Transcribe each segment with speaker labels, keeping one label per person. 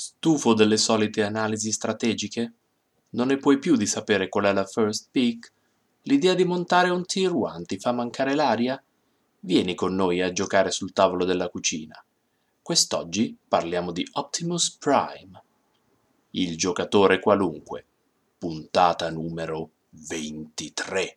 Speaker 1: Stufo delle solite analisi strategiche? Non ne puoi più di sapere qual è la first pick? L'idea di montare un tir one ti fa mancare l'aria? Vieni con noi a giocare sul tavolo della cucina. Quest'oggi parliamo di Optimus Prime. Il giocatore qualunque. Puntata numero 23.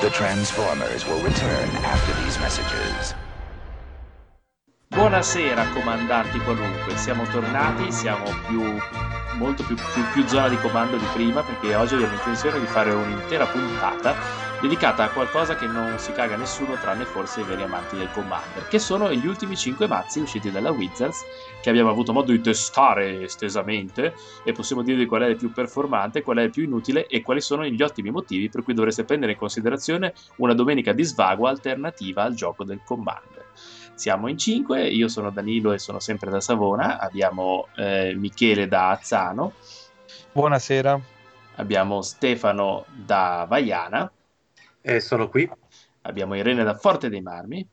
Speaker 2: The Transformers will return after these messages.
Speaker 3: Buonasera comandanti qualunque, siamo tornati, siamo più, molto più, più, più zona di comando di prima perché oggi abbiamo intenzione di fare un'intera puntata dedicata a qualcosa che non si caga nessuno tranne forse i veri amanti del Commander, che sono gli ultimi 5 mazzi usciti dalla Wizards che abbiamo avuto modo di testare estesamente e possiamo dirvi qual è il più performante, qual è il più inutile e quali sono gli ottimi motivi per cui dovreste prendere in considerazione una domenica di svago alternativa al gioco del Commander. Siamo in 5, io sono Danilo e sono sempre da Savona, abbiamo eh, Michele da Azzano,
Speaker 4: Buonasera.
Speaker 3: abbiamo Stefano da Vaiana,
Speaker 5: E sono qui.
Speaker 3: abbiamo Irene da Forte dei Marmi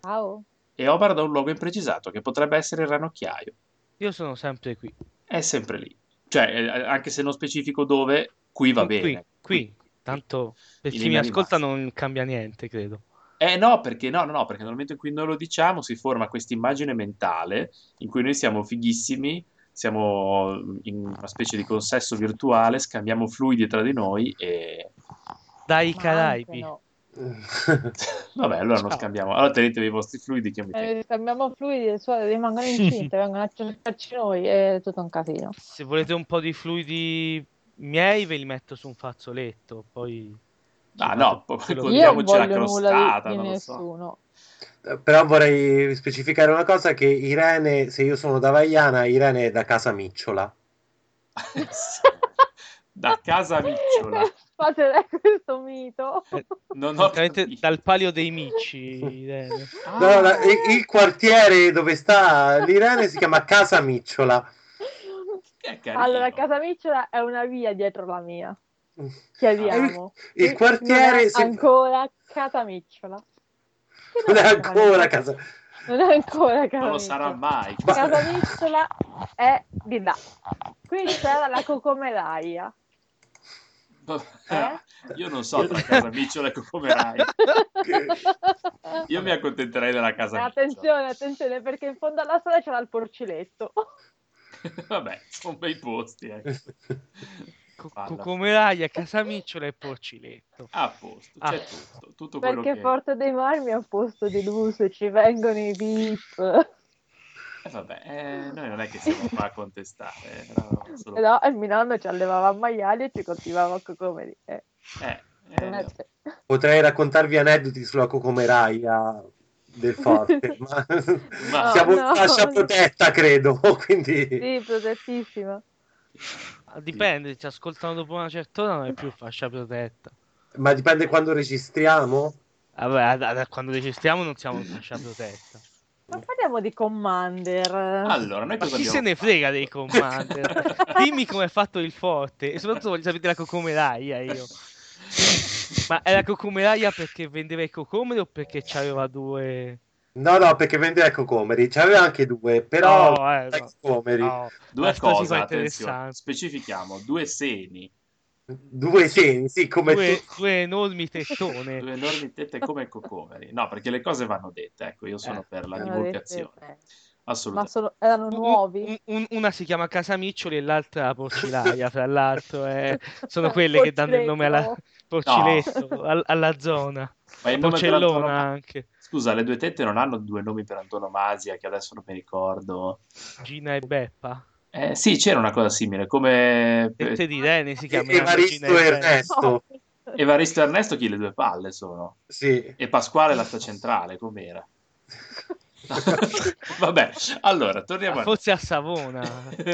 Speaker 6: Ciao.
Speaker 3: e Obar da un luogo imprecisato che potrebbe essere il Ranocchiaio.
Speaker 7: Io sono sempre qui.
Speaker 3: È sempre lì. Cioè, eh, anche se non specifico dove, qui va
Speaker 7: qui,
Speaker 3: bene.
Speaker 7: Qui, tanto per
Speaker 3: In
Speaker 7: chi mi
Speaker 3: linea di
Speaker 7: ascolta
Speaker 3: massima.
Speaker 7: non cambia niente, credo.
Speaker 3: Eh no, perché no, no, no, perché nel momento in cui noi lo diciamo si forma questa immagine mentale in cui noi siamo fighissimi, siamo in una specie di consesso virtuale, scambiamo fluidi tra di noi e...
Speaker 7: Dai
Speaker 6: Ma
Speaker 7: Caraibi.
Speaker 6: anche no.
Speaker 3: Vabbè, allora non
Speaker 7: Ciao.
Speaker 3: scambiamo. Allora tenetevi i vostri fluidi che io mi tengo.
Speaker 6: Eh, cambiamo fluidi, le suore rimangono incinte, vengono a cercarci noi, è tutto un casino.
Speaker 7: Se volete un po' di fluidi miei ve li metto su un fazzoletto, poi
Speaker 3: Ah
Speaker 7: Sì,
Speaker 3: no,
Speaker 7: quello-
Speaker 3: poi
Speaker 7: Io
Speaker 6: Io non
Speaker 3: contiamoci la
Speaker 6: voglio nulla
Speaker 3: crostata,
Speaker 6: di, di
Speaker 3: non lo so.
Speaker 6: nessuno.
Speaker 5: Eh, Però vorrei specificare una cosa che Irene, se io sono da Vaiana, Irene è da casa Micciola.
Speaker 3: Da casa Micciola.
Speaker 6: Fate questo mito.
Speaker 7: Eh,
Speaker 3: Non ho
Speaker 7: praticamente
Speaker 3: capito.
Speaker 7: dal palio dei micci. Irene.
Speaker 5: No, no, la- il, il quartiere dove sta l'Irene si chiama Casa Micciola.
Speaker 3: Che carino.
Speaker 6: Allora, Casa Micciola è una via dietro la mia. Chiariamo.
Speaker 5: Il quartiere...
Speaker 6: Non è
Speaker 5: si-
Speaker 6: ancora Casa Micciola. Che
Speaker 5: non è ancora Casa...
Speaker 6: Non è ancora Casa
Speaker 3: non lo
Speaker 6: Micciola.
Speaker 3: sarà mai.
Speaker 5: Ma-
Speaker 6: Casa Micciola è di là. Qui c'era la cocomeraia. Eh?
Speaker 3: Io non so tra casa Micciola e Copomerai. Io mi accontenterei della casa Micciola.
Speaker 6: Attenzione, attenzione, perché in fondo alla strada c'era il porciletto.
Speaker 3: Vabbè, sono bei posti. ecco.
Speaker 7: Co-
Speaker 3: Palla.
Speaker 7: Cucumeraia, Casamicciola e Porciletto.
Speaker 3: A posto,
Speaker 7: Ah.
Speaker 3: c'è tutto. Tutto quello
Speaker 6: Perché
Speaker 3: che...
Speaker 6: Forte dei Marmi è un posto di luce, ci vengono i VIP.
Speaker 3: Eh, vabbè, eh, noi non è che siamo qua a contestare. eh, era solo-
Speaker 6: No, il Milano ci allevava maiali e ci coltivava cocomeri. Eh,
Speaker 3: Eh, eh,
Speaker 6: non è-
Speaker 5: Potrei raccontarvi aneddoti sulla cocomeraia del forte, ma
Speaker 3: Ma-
Speaker 5: siamo in
Speaker 6: No, no.
Speaker 5: fascia protetta, credo, quindi...
Speaker 6: Sì, protettissima.
Speaker 7: Ah, Dipende, ci ascoltano dopo una certa ora, non è più fascia protetta.
Speaker 5: Ma dipende quando registriamo.
Speaker 7: Vabbè, da, da quando registriamo non siamo in fascia protetta.
Speaker 6: Ma parliamo di Commander.
Speaker 3: Allora, noi
Speaker 7: Ma
Speaker 3: cosa
Speaker 7: chi se
Speaker 3: abbiamo
Speaker 7: ne
Speaker 3: fatto?
Speaker 7: frega dei commander? Dimmi come è fatto il forte e soprattutto voglio sapere la cocomeraia io. Ma era cocomeraia perché vendeva i cocomeri o perché c'aveva due...
Speaker 5: No, no, perché vendeva i cocomeri. C'aveva anche due, però...
Speaker 7: No, eh, no.
Speaker 5: cocomeri.
Speaker 7: No,
Speaker 3: Due
Speaker 7: questa si fa
Speaker 3: cose, attenzione.
Speaker 7: interessante.
Speaker 3: Specifichiamo, due seni,
Speaker 5: Due sensi, come
Speaker 7: Due,
Speaker 5: tu-
Speaker 7: due enormi tettone.
Speaker 3: due enormi tette come cocomeri. No, per- perché le cose vanno dette, ecco, io sono
Speaker 7: Eh,
Speaker 3: per la
Speaker 6: Sono
Speaker 3: divulgazione.
Speaker 6: dette- eh, Ma
Speaker 3: Assolutamente.
Speaker 6: sono- erano
Speaker 7: Un-
Speaker 6: nuovi?
Speaker 7: un- un- una si chiama Casamiccioli e l'altra Porcilaia, fra l'altro. eh. Sono quelle che danno il nome alla
Speaker 6: Porciletto.
Speaker 7: Porciletto, al- alla zona.
Speaker 3: Ma il nome per
Speaker 7: Porcellona
Speaker 3: antonoma-
Speaker 7: anche.
Speaker 3: Scusa, le due tette non hanno due nomi per antonomasia che adesso non mi ricordo.
Speaker 7: Gina e Beppa.
Speaker 3: Eh, sì, c'era una cosa simile, come
Speaker 7: Tette di Rene si chiama Gina
Speaker 5: Evaristo e
Speaker 7: Beppa.
Speaker 5: Ernesto.
Speaker 3: Evaristo e Ernesto chi le due palle sono?
Speaker 5: Sì.
Speaker 3: E Pasquale la sta centrale, com'era? Vabbè, allora torniamo a noi.
Speaker 7: Ah, Forse a Savona.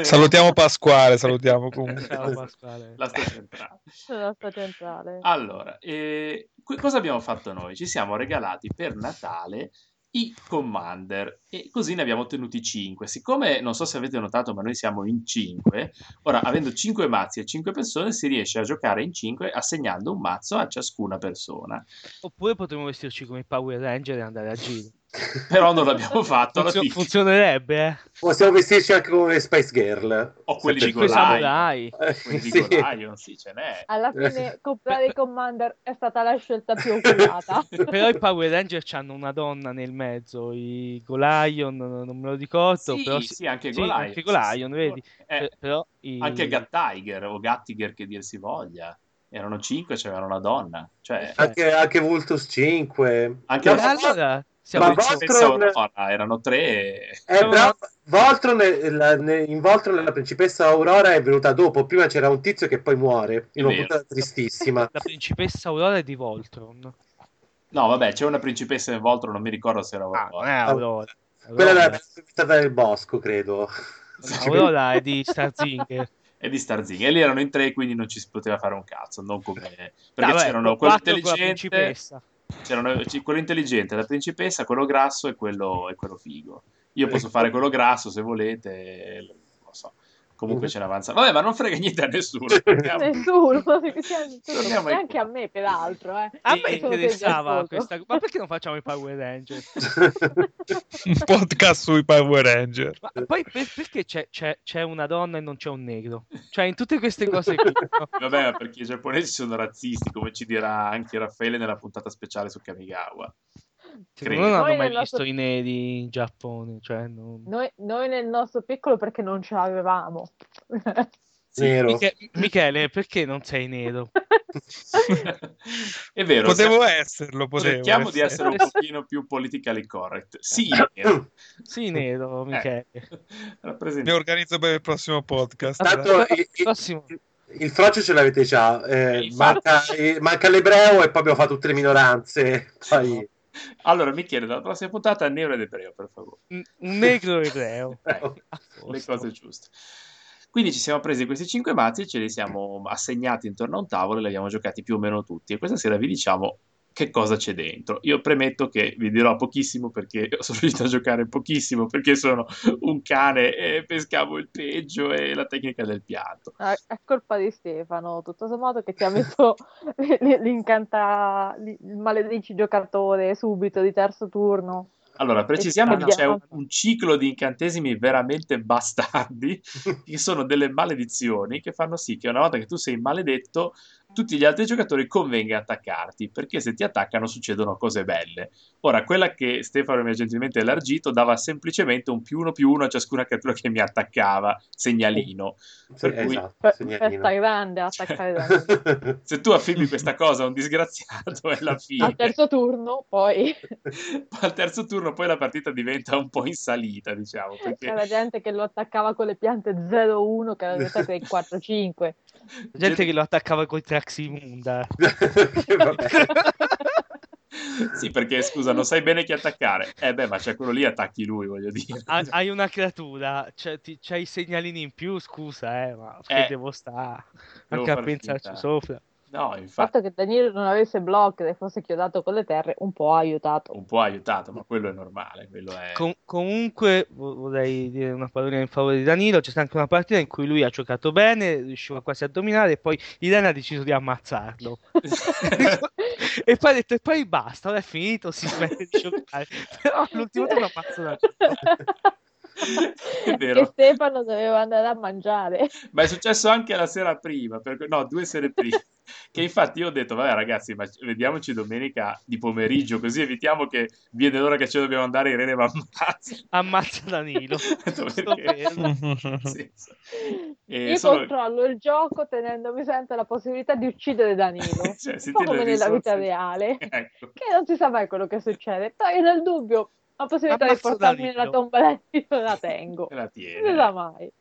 Speaker 4: Salutiamo Pasquale, salutiamo comunque.
Speaker 7: Ciao Pasquale.
Speaker 3: la sto centrale.
Speaker 6: la sta centrale.
Speaker 3: Allora, eh, que- cosa abbiamo fatto noi? Ci siamo regalati per Natale i Commander e così ne abbiamo ottenuti 5. Siccome non so se avete notato, ma noi siamo in 5, ora avendo 5 mazzi e 5 persone si riesce a giocare in 5 assegnando un mazzo a ciascuna persona.
Speaker 7: Oppure potremmo vestirci come i Power Ranger e andare a giro.
Speaker 3: Però non l'abbiamo fatto alla
Speaker 7: Funzio-
Speaker 3: fine.
Speaker 7: funzionerebbe, eh?
Speaker 5: Possiamo vestirci anche come le Spice Girl.
Speaker 3: O quelli
Speaker 5: Se
Speaker 3: di
Speaker 7: Quei
Speaker 5: per-
Speaker 3: Golai.
Speaker 7: samurai.
Speaker 5: Eh,
Speaker 3: Quelli di
Speaker 5: sì.
Speaker 3: Golion, sì, ce n'è.
Speaker 7: Ah,
Speaker 6: Alla fine comprare i Commander è stata la scelta più oculata.
Speaker 7: Però i Power Ranger hanno una donna nel mezzo, i Golion, non non me lo ricordo,
Speaker 3: Sì,
Speaker 7: però
Speaker 3: sì, anche
Speaker 7: sì,
Speaker 3: Golion.
Speaker 7: anche Golion, vedi?
Speaker 3: Eh,
Speaker 7: per- però i-
Speaker 3: anche Gattiger o Gattiger che dir si voglia. Erano cinque, c'era una donna. Cioè,
Speaker 5: Anche, anche Vultus 5.
Speaker 3: Anche
Speaker 5: No,
Speaker 7: Eh,
Speaker 3: la-
Speaker 7: allora, siamo
Speaker 3: la
Speaker 5: Ma
Speaker 7: in-
Speaker 5: Voltron-
Speaker 3: principessa Aurora, ah, erano tre.
Speaker 5: Eh, bravo. Voltron, eh, la- ne- in Voltron la principessa Aurora è venuta dopo. Prima c'era un tizio che poi muore
Speaker 3: È
Speaker 5: in una
Speaker 3: vero.
Speaker 5: puntata tristissima.
Speaker 7: la principessa Aurora è di Voltron.
Speaker 3: No, vabbè, c'è una principessa in Voltron, non mi ricordo se era
Speaker 7: Ah, non
Speaker 3: Aurora.
Speaker 7: è Aurora.
Speaker 5: Quella è
Speaker 7: Aurora,
Speaker 5: la puntata del bosco, credo.
Speaker 7: no, Aurora è di Starzinger.
Speaker 3: E di Starzinger. E lì erano in tre, quindi non ci si poteva fare un cazzo. Non come... Perché
Speaker 7: Vabbè,
Speaker 3: c'erano
Speaker 7: con
Speaker 3: quello
Speaker 7: quattro con la
Speaker 3: intelligente,
Speaker 7: principessa.
Speaker 3: c'erano, c- quello intelligente, la principessa, quello grasso e quello, e quello figo. Io posso fare quello grasso se volete, non lo so. Comunque ce n'avanza. Vabbè, ma non frega niente a nessuno. torniamo-
Speaker 6: Nessuno, perché siamo in tutto.
Speaker 3: Torniamo ai
Speaker 6: neanche a me peraltro. Eh.
Speaker 7: A
Speaker 3: Sì,
Speaker 7: me
Speaker 6: sono
Speaker 7: interessava
Speaker 6: degli
Speaker 7: questa Ma perché non facciamo i Power Ranger?
Speaker 4: Un podcast sui Power Ranger.
Speaker 7: Ma
Speaker 3: Eh.
Speaker 7: poi per- perché c'è, c'è- c'è una donna e non c'è un negro? Cioè, in tutte queste cose qui, no?
Speaker 3: Vabbè, ma perché i giapponesi sono razzisti, come ci dirà anche Raffaele nella puntata speciale su Kamigawa.
Speaker 7: Secondo
Speaker 3: Credo.
Speaker 7: me non
Speaker 6: Poi
Speaker 7: hanno mai
Speaker 6: nel nostro-
Speaker 7: visto i neri in Giappone. Cioè, non-
Speaker 6: Noi, noi nel nostro piccolo perché non ce l'avevamo.
Speaker 5: Nero.
Speaker 7: Miche- Michele, perché non sei nero?
Speaker 3: È vero.
Speaker 4: Potevo
Speaker 3: siamo-
Speaker 4: esserlo, potevo.
Speaker 3: Cerchiamo di essere un
Speaker 7: essere.
Speaker 3: pochino più politically correct. Sì, è vero.
Speaker 7: Sì, nero, Michele.
Speaker 3: Eh,
Speaker 4: Mi
Speaker 3: rappresenta-
Speaker 4: organizzo per il prossimo podcast. dai.
Speaker 5: Tanto i- i-
Speaker 7: Prossimo.
Speaker 5: il frocio ce l'avete già. eh,
Speaker 3: Eh, infatti.
Speaker 5: manca, eh, manca l'ebreo e poi abbiamo fatto tutte le minoranze. Poi...
Speaker 3: Allora, Michele, dalla prossima puntata, Nero ed Ebreo, per favore.
Speaker 7: Un un negro ebreo.
Speaker 3: Ecco,
Speaker 7: A
Speaker 3: le
Speaker 7: posto.
Speaker 3: cose giuste. Quindi ci siamo presi questi cinque mazzi, ce li siamo assegnati intorno a un tavolo e li abbiamo giocati più o meno tutti. E questa sera vi diciamo che cosa c'è dentro. Io premetto che vi dirò pochissimo perché sono riuscito a giocare pochissimo perché sono un cane e pescavo il peggio e la tecnica del piatto.
Speaker 6: Eh, È colpa di Stefano, tutto sommato, che ti ha messo l- l- l'incanta... l- il maledici giocatore subito di terzo turno.
Speaker 3: Allora, precisiamo che
Speaker 6: Esatto.
Speaker 3: c'è un, un ciclo di incantesimi veramente bastardi, che sono delle maledizioni che fanno sì che una volta che tu sei maledetto, tutti gli altri giocatori convenga attaccarti, perché se ti attaccano succedono cose belle. Ora, quella che Stefano mi ha gentilmente elargito dava semplicemente un più uno più uno a ciascuna creatura che mi attaccava, segnalino.
Speaker 5: Sì,
Speaker 3: Per cui-
Speaker 5: esatto,
Speaker 6: Per-
Speaker 5: segnalino.
Speaker 6: Festa grande, attaccare grande.
Speaker 3: Se tu affibbi questa cosa a un disgraziato è la fine.
Speaker 6: Al terzo turno, poi
Speaker 3: Al terzo turno poi la partita diventa un po' in salita, diciamo, perché
Speaker 6: c'era gente che lo attaccava con le piante 0-1, che era diventata il 4-5.
Speaker 7: Gente che lo attaccava con i Traximunda.
Speaker 3: Eh,
Speaker 5: Vabbè.
Speaker 3: Sì, perché scusa, non sai bene chi attaccare. Eh beh, ma c'è quello lì, attacchi lui, voglio dire.
Speaker 7: Ha- Hai una creatura, cioè, ti- c'hai i segnalini in più, scusa, eh, ma
Speaker 3: Eh.
Speaker 7: che devo stare
Speaker 3: Devo
Speaker 7: anche a
Speaker 3: fare
Speaker 7: pensarci
Speaker 3: finta.
Speaker 7: sopra.
Speaker 3: No,
Speaker 6: Il
Speaker 3: infatti,
Speaker 6: fatto che Danilo non avesse block e fosse chiodato con le terre un po' ha aiutato.
Speaker 3: un po' ha aiutato, ma quello è normale, quello è...
Speaker 7: Com- comunque vo- vorrei dire una parola in favore di Danilo. C'è stata anche una partita in cui lui ha giocato bene, riusciva quasi a dominare, e poi Irene ha deciso di ammazzarlo. e poi ha detto: E poi basta, ora è finito. Si smette di giocare. Però all'ultimo turno ammazzo Danilo.
Speaker 3: È vero.
Speaker 6: Che Stefano doveva andare a mangiare.
Speaker 3: Ma è successo anche la sera prima, per- no, due sere prima. Che infatti io ho detto, vabbè ragazzi, ma vediamoci domenica di pomeriggio, così evitiamo che viene l'ora che ci dobbiamo andare Irene va ammazza.
Speaker 7: Ammazza Danilo.
Speaker 3: Ho detto,
Speaker 7: Sto
Speaker 3: perché?
Speaker 7: fermo.
Speaker 3: Sì, sì. E
Speaker 6: Io
Speaker 3: solo-
Speaker 6: controllo il gioco tenendomi sempre la possibilità di uccidere Danilo.
Speaker 3: Cioè, se
Speaker 6: un po'
Speaker 3: tiene
Speaker 6: come
Speaker 3: le
Speaker 6: nella vita
Speaker 3: risorse-
Speaker 6: reale,
Speaker 3: Ecco.
Speaker 6: che non si sa mai quello che succede. Poi nel dubbio la possibilità
Speaker 7: Ammazzo
Speaker 6: di portarmi
Speaker 7: Danilo.
Speaker 6: nella tomba io la tengo.
Speaker 3: Me la
Speaker 6: Non
Speaker 3: tiene.
Speaker 6: si sa mai.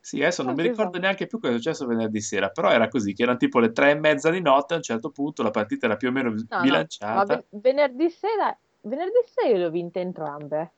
Speaker 3: Sì, adesso non mi
Speaker 6: Non si
Speaker 3: ricordo
Speaker 6: sa.
Speaker 3: neanche più cosa è successo venerdì sera, però era così, che erano tipo le tre e mezza di notte, a un certo punto la partita era più o meno
Speaker 6: No, no, ma
Speaker 3: bilanciata.
Speaker 6: ven- venerdì sera venerdì 6 le ho vinte entrambe.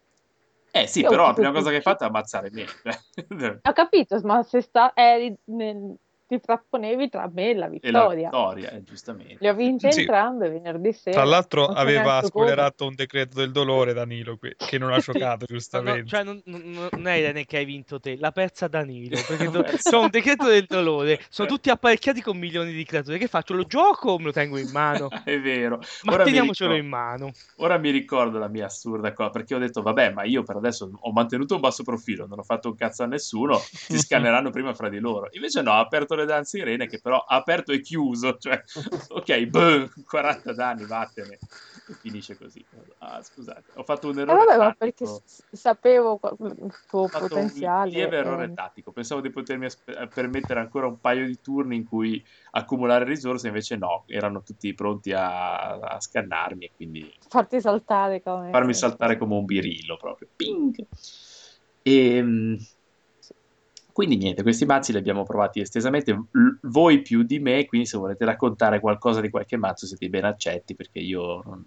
Speaker 3: Eh sì,
Speaker 6: Io ho
Speaker 3: però la
Speaker 6: tutto
Speaker 3: prima cosa
Speaker 6: il
Speaker 3: che hai fatto è ammazzare me. Cioè,
Speaker 6: Ho capito, ma se sta, eh, nel- ti frapponevi tra me e
Speaker 3: e
Speaker 6: la
Speaker 3: la
Speaker 6: vittoria.
Speaker 3: vittoria, eh, giustamente.
Speaker 6: Le ho vinte
Speaker 4: Sì.
Speaker 6: entrambe venerdì sera.
Speaker 4: Tra l'altro
Speaker 6: Non so
Speaker 4: aveva
Speaker 6: neanche come.
Speaker 4: spoilerato un decreto del dolore Danilo qui, che non ha scioccato
Speaker 7: No, no,
Speaker 4: giustamente.
Speaker 7: cioè non, non, non è Irene che hai vinto te, l'ha persa Danilo. Perché do-
Speaker 3: Persa.
Speaker 7: c'ho un decreto del dolore. Sono tutti apparecchiati con milioni di creature. Che faccio? Lo gioco o me lo tengo in mano?
Speaker 3: è vero.
Speaker 7: Ma
Speaker 3: Ora mi
Speaker 7: teniamocelo
Speaker 3: ricordo-
Speaker 7: in mano.
Speaker 3: Ora mi ricordo la mia assurda cosa, perché ho detto, vabbè, ma io per adesso ho mantenuto un basso profilo, non ho fatto un cazzo a nessuno, si scanneranno prima fra di loro. Invece no, ha aperto le danze Irene, che però ha aperto e chiuso, cioè, ok, boh, 40 danni, vattene. E finisce così. Ah, scusate, ho fatto un
Speaker 6: Eh
Speaker 3: errore
Speaker 6: vabbè, ma
Speaker 3: tattico.
Speaker 6: perché s- sapevo qua- il tuo
Speaker 3: Ho fatto
Speaker 6: potenziale.
Speaker 3: un lieve errore
Speaker 6: ehm,
Speaker 3: tattico. Pensavo di potermi aspe- eh, permettere ancora un paio di turni in cui accumulare risorse, invece no, erano tutti pronti a, a scannarmi e quindi
Speaker 6: farti saltare come...
Speaker 3: farmi saltare come un birillo proprio. Ping! Ehm, quindi niente, questi mazzi li abbiamo provati estesamente, l- voi più di me, quindi se volete raccontare qualcosa di qualche mazzo siete ben accetti perché io non,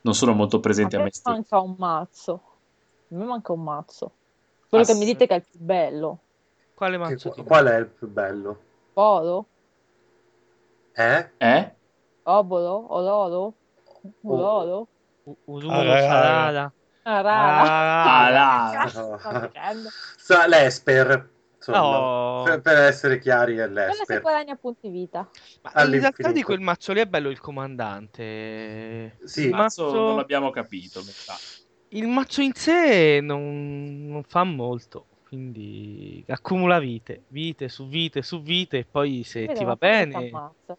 Speaker 3: non sono molto presente a
Speaker 6: a
Speaker 3: me
Speaker 6: me
Speaker 3: stesso.
Speaker 6: manca un mazzo. A me manca un mazzo. Quello
Speaker 3: Ah,
Speaker 6: che mi
Speaker 3: sì?
Speaker 6: dite che è il più bello.
Speaker 7: Quale
Speaker 5: Che-
Speaker 7: mazzo ti
Speaker 5: qual è il più bello?
Speaker 6: Oro?
Speaker 5: Eh?
Speaker 3: Eh?
Speaker 6: Obolo? Oloro? Uloro?
Speaker 7: U-
Speaker 4: Ah,
Speaker 7: Ururo,
Speaker 4: raga.
Speaker 7: Sarada.
Speaker 6: Ah, rara.
Speaker 7: Ah,
Speaker 3: Ah, là!
Speaker 6: Cazzo, sto dicendo.
Speaker 5: Sa- l'esper, insomma.
Speaker 7: Oh.
Speaker 5: Per, per essere chiari è
Speaker 6: Quello se
Speaker 5: l'esper.
Speaker 6: guadagna punti vita.
Speaker 7: Ma
Speaker 3: Cioè,
Speaker 7: in
Speaker 5: All'infinito.
Speaker 7: realtà di quel mazzo lì è bello il comandante.
Speaker 5: Sì.
Speaker 7: Il
Speaker 3: Mazzo non
Speaker 7: mazzo,
Speaker 3: l'abbiamo capito, mi sa.
Speaker 7: il mazzo in sé non, non fa molto. Quindi accumula vite, vite su vite su vite, e poi se
Speaker 6: Vedi,
Speaker 7: ti
Speaker 6: ma
Speaker 7: va
Speaker 6: perché
Speaker 7: bene.
Speaker 6: t'ammazza?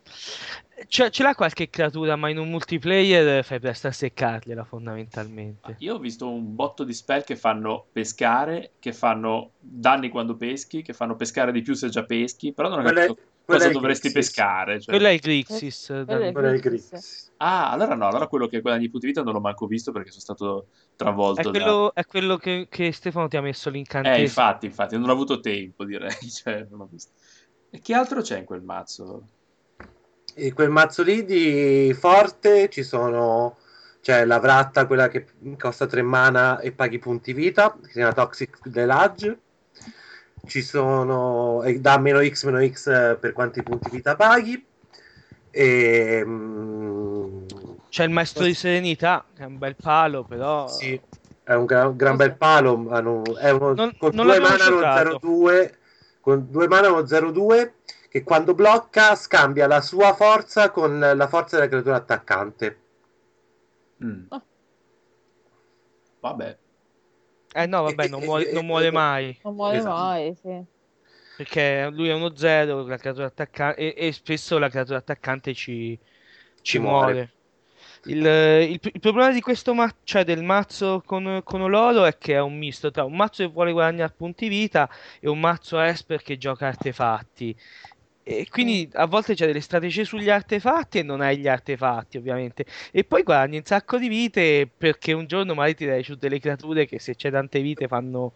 Speaker 7: C'è- ce l'ha qualche creatura, ma in un multiplayer fai presto a seccargliela fondamentalmente.
Speaker 3: Io ho visto un botto di spell che fanno pescare, che fanno danni quando peschi, che fanno pescare di più se già peschi, però non ho
Speaker 5: Quello è-
Speaker 3: capito
Speaker 5: quello
Speaker 3: cosa
Speaker 5: è il
Speaker 3: dovresti
Speaker 5: Grixis.
Speaker 3: pescare. cioè.
Speaker 7: Quello è il Grixis. eh,
Speaker 6: Quello è il
Speaker 7: Dan-
Speaker 5: Quello è il
Speaker 6: Grixis.
Speaker 5: Grixis.
Speaker 3: Ah, allora no, allora quello che guadagna i punti vita non l'ho manco visto perché sono stato
Speaker 7: È
Speaker 3: travolto da...
Speaker 7: quello, è quello che, che Stefano ti ha messo
Speaker 3: Eh,
Speaker 7: l'incantesimo.
Speaker 3: infatti, infatti, non ho avuto tempo, direi. Cioè, non ho visto. E che altro c'è in quel mazzo?
Speaker 5: E quel mazzo lì di forte ci sono. C'è la vratta, quella che costa 3 mana e paghi punti vita, che si chiama Toxic Deluge. Ci sono. e dà meno X meno X eh, per quanti punti vita paghi. E. mm,
Speaker 7: C'è il maestro di serenità, che è un bel palo, però...
Speaker 5: Sì, è un gran, gran bel palo, ma non- è uno-
Speaker 7: Non,
Speaker 5: con
Speaker 7: non
Speaker 5: due
Speaker 7: l'avevo
Speaker 5: mana uno
Speaker 7: giocato.
Speaker 5: 0-2, con due mana uno 0-2, che quando blocca scambia la sua forza con la forza della creatura attaccante.
Speaker 3: Mm,
Speaker 7: Ah.
Speaker 3: Vabbè.
Speaker 7: Eh no, vabbè,
Speaker 5: E-
Speaker 7: non
Speaker 5: e-
Speaker 7: muore,
Speaker 5: e-
Speaker 7: non
Speaker 5: e-
Speaker 7: muore mai.
Speaker 6: Non muore
Speaker 5: Esatto.
Speaker 6: mai, sì.
Speaker 7: Perché lui è uno 0 la creatura attaccante, e, e spesso la creatura attaccante ci, ci
Speaker 5: Ci muore.
Speaker 7: muore. Il, eh, il- il problema di questo ma- cioè del mazzo con, con Oloro è che è un misto tra un mazzo che vuole guadagnare punti vita e un mazzo Esper che gioca artefatti. E quindi a volte c'è delle strategie sugli artefatti e non hai gli artefatti, ovviamente. E poi guadagni un sacco di vite perché un giorno magari ti dai su delle creature che se c'è tante vite fanno...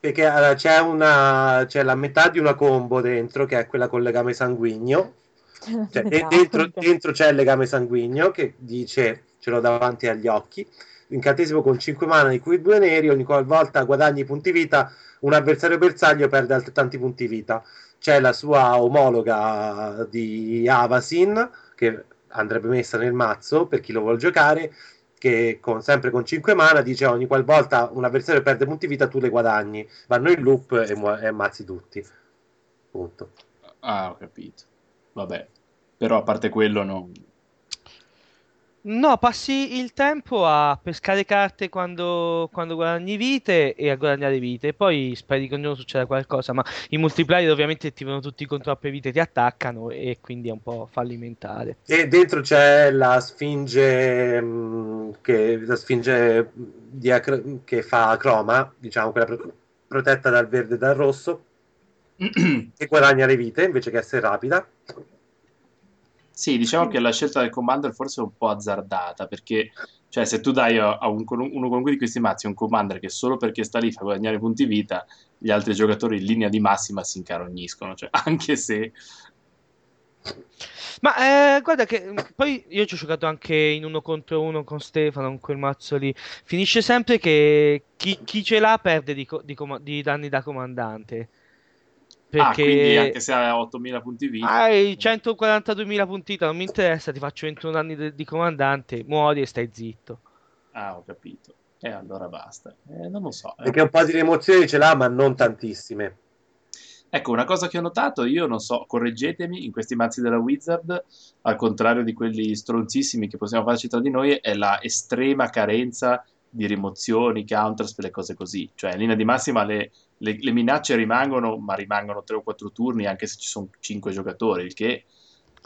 Speaker 5: Perché allora, c'è, una, c'è la metà di una combo dentro, che è quella col legame sanguigno. Cioè, de- dentro,
Speaker 6: Esatto.
Speaker 5: dentro c'è il legame sanguigno che dice, ce l'ho davanti agli occhi, incantesimo con 5 mana di cui 2 neri, ogni qualvolta guadagni punti vita, un avversario bersaglio perde altrettanti punti vita. C'è la sua omologa di Avasin, che andrebbe messa nel mazzo per chi lo vuol giocare, che con- sempre con 5 mana dice ogni qualvolta un avversario perde punti vita tu le guadagni, vanno in loop e, mu- e ammazzi tutti. Punto.
Speaker 3: Ah, ho capito. Vabbè. Però a parte quello non...
Speaker 7: No, passi il tempo a pescare carte quando, quando guadagni vite e a guadagnare vite. E poi speri che un giorno succeda qualcosa. Ma i multiplayer ovviamente ti vengono tutti con troppe vite, ti attaccano e quindi è un po' fallimentare.
Speaker 5: E dentro c'è la sfinge, mh, che, la sfinge di acro- che fa croma, diciamo quella pro- protetta dal verde e dal rosso, che guadagna le vite invece che essere rapida.
Speaker 7: Eh.
Speaker 3: Sì, diciamo che la scelta del commander forse è un po' azzardata, perché cioè, se tu dai a, a un, qualun- uno qualunque di questi mazzi un commander che solo perché sta lì fa guadagnare punti vita, gli altri giocatori in linea di massima si incarogniscono, cioè, anche se
Speaker 7: Ma eh, guarda che mh, poi io ci ho giocato anche in uno contro uno con Stefano, con quel mazzo lì. Finisce sempre che chi, chi ce l'ha perde di, co- di coma- di danni da comandante.
Speaker 3: Ah,
Speaker 7: Perché Ah, eh.
Speaker 3: quindi anche se ha 8000 punti vita.
Speaker 7: hai 142.000 puntita, non mi interessa, ti faccio 21 anni de- di comandante, muori e stai zitto.
Speaker 3: Ah, ho capito. E allora basta. Eh, non lo so. eh.
Speaker 5: Perché un po' di emozioni ce l'ha, ma non tantissime.
Speaker 3: Ecco, una cosa che ho notato, io non so, correggetemi, in questi mazzi della Wizard, al contrario di quelli stronzissimi che possiamo farci tra di noi, è la estrema carenza di rimozioni, counters, le cose così. Cioè, in linea di massima le, le- le minacce rimangono, ma rimangono 3 o 4 turni, anche se ci sono 5 giocatori, il che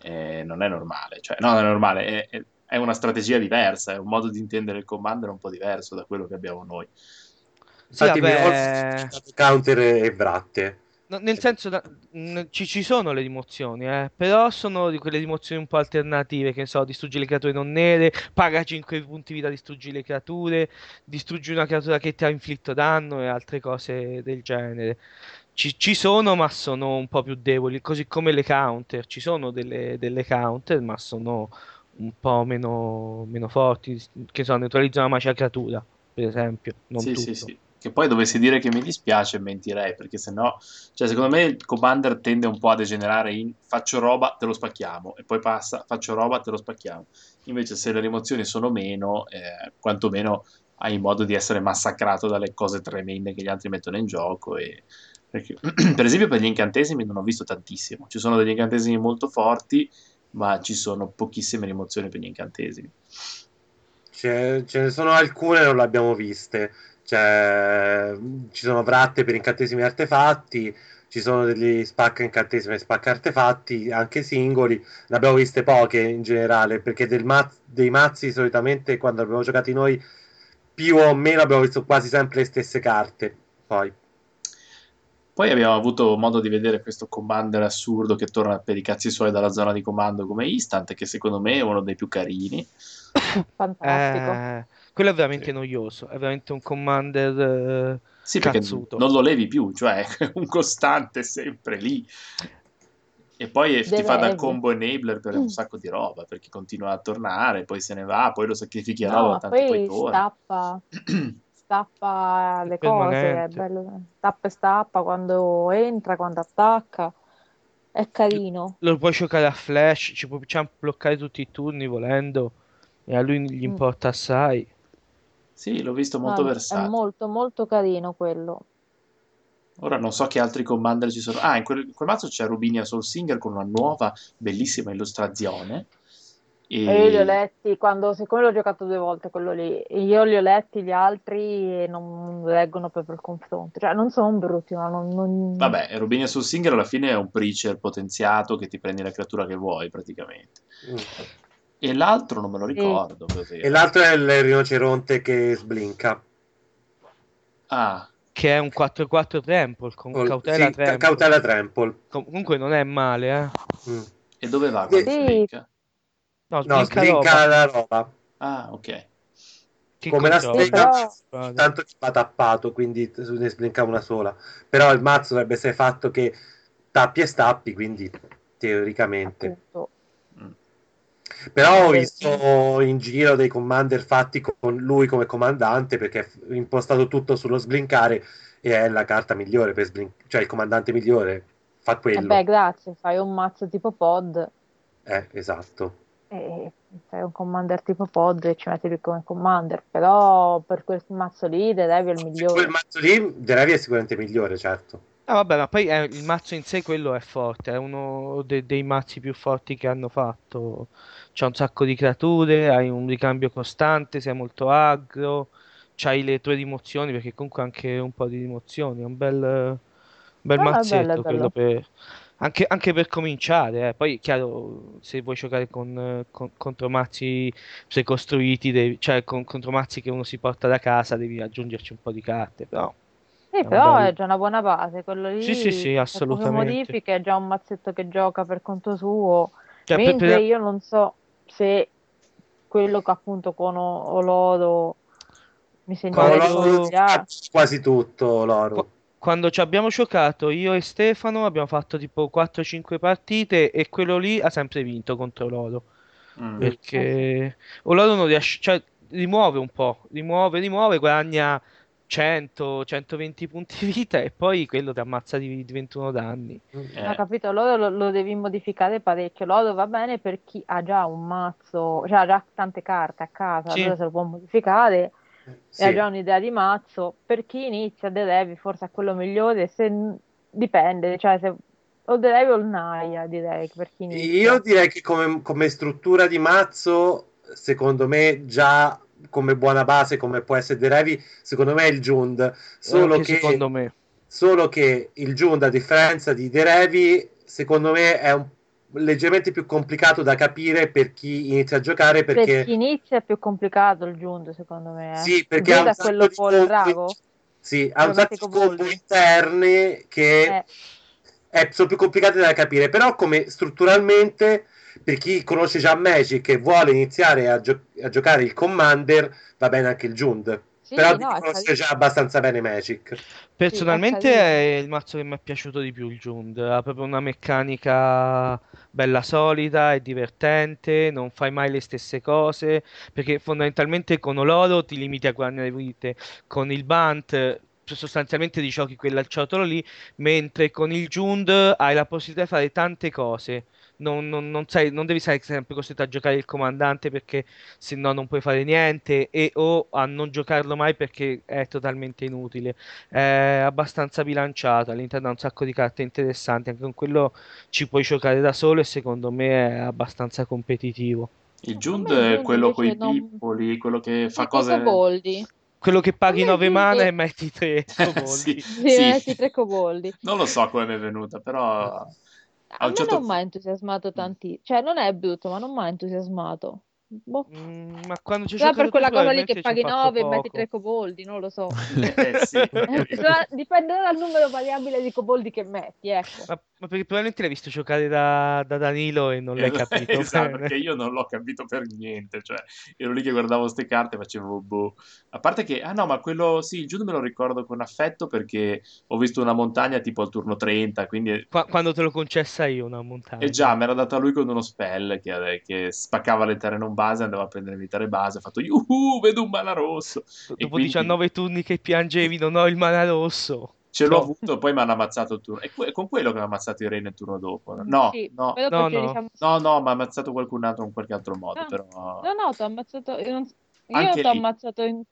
Speaker 3: eh, non è normale. Cioè, no, non è normale, è- è, è una strategia diversa, è un modo di intendere il commander un po' diverso da quello che abbiamo noi.
Speaker 7: Sì,
Speaker 5: Infatti, mi
Speaker 7: vabbè,
Speaker 5: ricordo counter e bratte.
Speaker 7: no, nel senso, da- mh, ci, ci sono le rimozioni, eh, però sono di quelle rimozioni un po' alternative, che ne so, distruggi le creature non nere, paga 5 punti vita, distruggi le creature, distruggi una creatura che ti ha inflitto danno e altre cose del genere. Ci, ci sono, ma sono un po' più deboli, così come le counter, ci sono delle, delle counter, ma sono un po' meno, meno forti, che ne so, neutralizzano la magia creatura, per esempio, non
Speaker 3: Sì,
Speaker 7: tutto.
Speaker 3: sì, sì. Che poi dovessi dire che mi dispiace, mentirei, perché sennò, cioè, secondo me il commander tende un po' a degenerare in faccio roba, te lo spacchiamo, e poi passa, faccio roba, te lo spacchiamo. Invece, se le rimozioni sono meno, eh, quantomeno hai modo di essere massacrato dalle cose tremende che gli altri mettono in gioco. E... perché- per esempio, per gli incantesimi non ho visto tantissimo. Ci sono degli incantesimi molto forti, ma ci sono pochissime rimozioni per gli incantesimi.
Speaker 5: Ce, ce ne sono alcune, non le abbiamo viste. Cioè, ci sono bratte per incantesimi e artefatti, ci sono degli spacca incantesimi e spacca artefatti, anche singoli. Ne abbiamo viste poche in generale, perché del ma- dei mazzi solitamente quando abbiamo giocati noi, più o meno abbiamo visto quasi sempre le stesse carte. Poi.
Speaker 3: Poi abbiamo avuto modo di vedere questo commander assurdo che torna per i cazzi suoi dalla zona di comando come Instant, che secondo me è uno dei più carini.
Speaker 6: Fantastico.
Speaker 7: Eh, quello è veramente
Speaker 3: Sì.
Speaker 7: noioso, è veramente un commander eh,
Speaker 3: Sì, perché
Speaker 7: cazzuto.
Speaker 3: non lo levi più, cioè è un costante sempre lì. E poi eh, ti
Speaker 6: Deve
Speaker 3: fa da
Speaker 6: heavy.
Speaker 3: combo enabler per un sacco di roba, perché continua a tornare, poi se ne va, poi lo sacrifichi a
Speaker 6: No,
Speaker 3: roba,
Speaker 6: ma
Speaker 3: tanto poi
Speaker 6: poi
Speaker 3: torna.
Speaker 6: stappa, stappa
Speaker 7: È
Speaker 6: le cose, è
Speaker 7: permanente.
Speaker 6: bello. Tappa e stappa quando entra, quando attacca. È carino.
Speaker 7: Lo puoi giocare a flash, ci puoi diciamo, bloccare tutti i turni volendo, e a lui gli
Speaker 6: Mm.
Speaker 7: importa assai.
Speaker 3: Sì, l'ho visto molto
Speaker 6: No, è
Speaker 3: versatile.
Speaker 6: molto, molto carino quello.
Speaker 3: Ora non so che altri commander ci sono. Ah, in quel, in quel mazzo c'è Rubinia Soulsinger con una nuova bellissima illustrazione.
Speaker 6: E Eh, io li ho
Speaker 3: E...
Speaker 6: letti quando, siccome l'ho giocato due volte quello lì, io li ho letti gli altri e non reggono proprio il confronto. Cioè, non sono brutti, ma non, non-
Speaker 3: Vabbè, Rubinia Soulsinger alla fine è un preacher potenziato che ti prendi la creatura che vuoi praticamente.
Speaker 5: Mm.
Speaker 3: E l'altro non me lo
Speaker 6: Sì.
Speaker 3: ricordo
Speaker 5: E
Speaker 3: cos'era.
Speaker 5: l'altro è il rinoceronte che sblinca.
Speaker 3: Ah,
Speaker 7: Che è un 4-4 Trample, con
Speaker 5: Col-
Speaker 7: cautela
Speaker 5: sì, ca-
Speaker 7: Trample.
Speaker 5: cautela Trample.
Speaker 7: Comunque non è male, eh.
Speaker 5: Mm.
Speaker 3: e dove va
Speaker 5: Sì.
Speaker 3: quando
Speaker 6: Sì.
Speaker 3: sbrinca?
Speaker 7: No,
Speaker 5: No,
Speaker 7: sblinca
Speaker 5: sblinca
Speaker 7: roba.
Speaker 5: la roba.
Speaker 3: Ah, ok.
Speaker 7: Che
Speaker 5: come la
Speaker 7: controllo.
Speaker 6: Sì,
Speaker 5: strega
Speaker 6: Eh, però
Speaker 5: tanto va tappato quindi t- ne sblinca una sola però il mazzo dovrebbe essere fatto che tappi e stappi quindi teoricamente
Speaker 6: appunto
Speaker 3: Mm.
Speaker 5: però ho
Speaker 6: deve-
Speaker 5: visto in giro dei commander fatti con lui come comandante perché è f- impostato tutto sullo sblincare e è la carta migliore per sblincare cioè il comandante migliore fa
Speaker 6: eh beh,
Speaker 5: quello
Speaker 6: grazie, fai un mazzo tipo pod
Speaker 5: eh esatto
Speaker 6: e fai un commander tipo pod e ci metti lui come commander, però per quel mazzo lì The Devil è il
Speaker 5: quel
Speaker 6: migliore.
Speaker 5: mazzo lì Deravi è sicuramente migliore certo
Speaker 7: Ah, vabbè, ma poi eh, il mazzo in sé quello è forte, è uno de- dei mazzi più forti che hanno fatto. C'è un sacco di creature, hai un ricambio costante, sei molto aggro, c'hai le tue rimozioni, perché comunque anche un po' di rimozioni, è un bel, un bel
Speaker 6: No, no, è Ah, bello, è
Speaker 7: mazzetto quello
Speaker 6: bello.
Speaker 7: per... Anche, anche per cominciare, eh. Poi è chiaro, se vuoi giocare con, eh, con- contro mazzi precostruiti, devi- cioè con, contro mazzi che uno si porta da casa, devi aggiungerci un po' di carte, però
Speaker 6: Sì,
Speaker 7: è un
Speaker 6: però
Speaker 7: bel...
Speaker 6: è già una buona base, quello
Speaker 7: Sì, sì,
Speaker 6: lì
Speaker 7: sì,
Speaker 6: è come
Speaker 7: assolutamente.
Speaker 6: modifica, è già un mazzetto che gioca per conto suo,
Speaker 7: Cioè, per-
Speaker 6: mentre
Speaker 7: per-
Speaker 6: io non so se quello che appunto con O- Oloro mi sembra di
Speaker 5: no, l'oro
Speaker 7: quando,
Speaker 5: fa
Speaker 6: consigliare.
Speaker 5: quasi tutto
Speaker 7: qu-
Speaker 5: l'oro
Speaker 7: quando ci abbiamo giocato io e Stefano abbiamo fatto tipo 4-5 partite e quello lì ha sempre vinto contro l'Oro.
Speaker 5: Eh,
Speaker 3: Mm.
Speaker 7: Perché Oloro non riesce, cioè rimuove un po', rimuove, rimuove, guadagna 100-120 punti vita e poi quello ti ammazza di, di 21 danni.
Speaker 3: Eh,
Speaker 6: Ho capito, l'oro lo, lo devi modificare parecchio. L'oro va bene per chi ha già un mazzo, cioè ha già tante carte a casa,
Speaker 7: Sì.
Speaker 6: allora se lo può modificare
Speaker 5: Sì.
Speaker 6: e ha già un'idea di mazzo. Per chi inizia, The Levi forse è quello migliore, se dipende, cioè se o The Levi o il Naya, direi per chi inizia.
Speaker 5: Io direi che come, come struttura di mazzo, secondo me già come buona base, come può essere Derevi, secondo me è il Jund. Solo
Speaker 7: Anche
Speaker 5: che,
Speaker 7: secondo me.
Speaker 5: solo che il Jund, a differenza di Derevi, secondo me è un- leggermente più complicato da capire per chi inizia a giocare
Speaker 6: Per
Speaker 5: perché...
Speaker 6: chi inizia è più complicato il Jund, secondo me. eh.
Speaker 5: Sì, perché
Speaker 6: Il
Speaker 5: ha
Speaker 6: Jund
Speaker 5: un
Speaker 6: è
Speaker 5: sacco
Speaker 6: quello
Speaker 5: di
Speaker 6: col
Speaker 5: colpi.
Speaker 6: drago?
Speaker 5: Sì, ha un sacco
Speaker 6: Problematico
Speaker 5: di combo
Speaker 6: bolli.
Speaker 5: interni che
Speaker 6: Eh.
Speaker 5: eh, sono più complicati da capire, però come strutturalmente, per chi conosce già Magic e vuole iniziare a, gio- a giocare il Commander, va bene anche il Jund,
Speaker 6: Sì,
Speaker 5: però
Speaker 6: no,
Speaker 5: devi
Speaker 6: è
Speaker 5: conoscere
Speaker 6: carino.
Speaker 5: già abbastanza bene Magic.
Speaker 7: Personalmente
Speaker 6: carino.
Speaker 7: è il mazzo che mi è piaciuto di più il Jund, ha proprio una meccanica bella solida, è divertente, non fai mai le stesse cose, perché fondamentalmente con Oloro ti limiti a guadagnare vite, con il Bant eh, sostanzialmente ti giochi quel ciotolo lì, mentre con il Jund hai la possibilità di fare tante cose. Non, non- non sai- non devi stare sempre costretto a giocare il comandante perché se no non puoi fare niente e o a non giocarlo mai perché è totalmente inutile è abbastanza bilanciato all'interno ha un sacco di carte interessanti anche con quello ci puoi giocare da solo e secondo me è abbastanza competitivo
Speaker 3: Il
Speaker 6: Secondo
Speaker 3: Jund
Speaker 6: me il
Speaker 3: è
Speaker 6: Jund
Speaker 3: quello coi
Speaker 6: invece non-
Speaker 3: pippoli, quello che fa
Speaker 6: Sì, coi
Speaker 3: cose...
Speaker 6: coboldi.
Speaker 7: quello che paghi
Speaker 6: me il
Speaker 7: 9
Speaker 6: Jund-
Speaker 7: mana e metti 3
Speaker 3: sì,
Speaker 7: coboldi
Speaker 6: Sì,
Speaker 3: sì.
Speaker 6: metti tre coboldi.
Speaker 3: Non lo so come mi è venuta, però a
Speaker 6: A
Speaker 3: un
Speaker 6: me
Speaker 3: certo
Speaker 6: non mi ha entusiasmato tanti, cioè non è brutto, ma non mi ha entusiasmato. Boh.
Speaker 7: Mm, ma quando ci ho
Speaker 6: Però
Speaker 7: giocato
Speaker 6: per
Speaker 7: tu
Speaker 6: quella cosa lì che
Speaker 7: probabilmente ci ho
Speaker 6: paghi
Speaker 7: fatto
Speaker 6: 9 e metti
Speaker 7: poco
Speaker 6: tre coboldi, non lo so.
Speaker 3: Eh sì, capito.
Speaker 6: Però Dipenderà dal numero variabile di coboldi che metti, ecco.
Speaker 7: ma, ma perché probabilmente l'hai visto giocare da, da Danilo e non l'hai capito
Speaker 3: Esatto,
Speaker 7: bene
Speaker 3: perché io non l'ho capito per niente, cioè ero lì che guardavo queste carte e facevo boh. A parte che, ah no, ma quello sì, il Jude me lo ricordo con affetto perché ho visto una montagna tipo al turno 30, quindi
Speaker 7: Qua- quando te lo concessa io una
Speaker 6: Eh
Speaker 3: e
Speaker 7: montagna
Speaker 3: già mi era data lui con uno spell che, eh, che spaccava le terre non base, andava a prendere le terre base, ho fatto yuhu, vedo un mana rosso
Speaker 7: Do-
Speaker 3: e
Speaker 7: dopo
Speaker 3: quindi
Speaker 7: 19 turni che piangevi non ho il mana rosso
Speaker 3: ce l'ho
Speaker 7: no
Speaker 3: avuto, poi mi hanno ammazzato il turno. E que- con quello che mi ha ammazzato Irene il turno dopo. No,
Speaker 6: Mm, Sì,
Speaker 3: no,
Speaker 6: però
Speaker 7: no
Speaker 6: poi ci
Speaker 7: no
Speaker 6: diciamo...
Speaker 3: no, no, mi ha ammazzato qualcun altro in qualche altro modo,
Speaker 6: Ah,
Speaker 3: però
Speaker 6: No, no, ti ho ammazzato. Io non, io
Speaker 3: anche
Speaker 6: t'ho
Speaker 3: lì.
Speaker 6: ammazzato. in-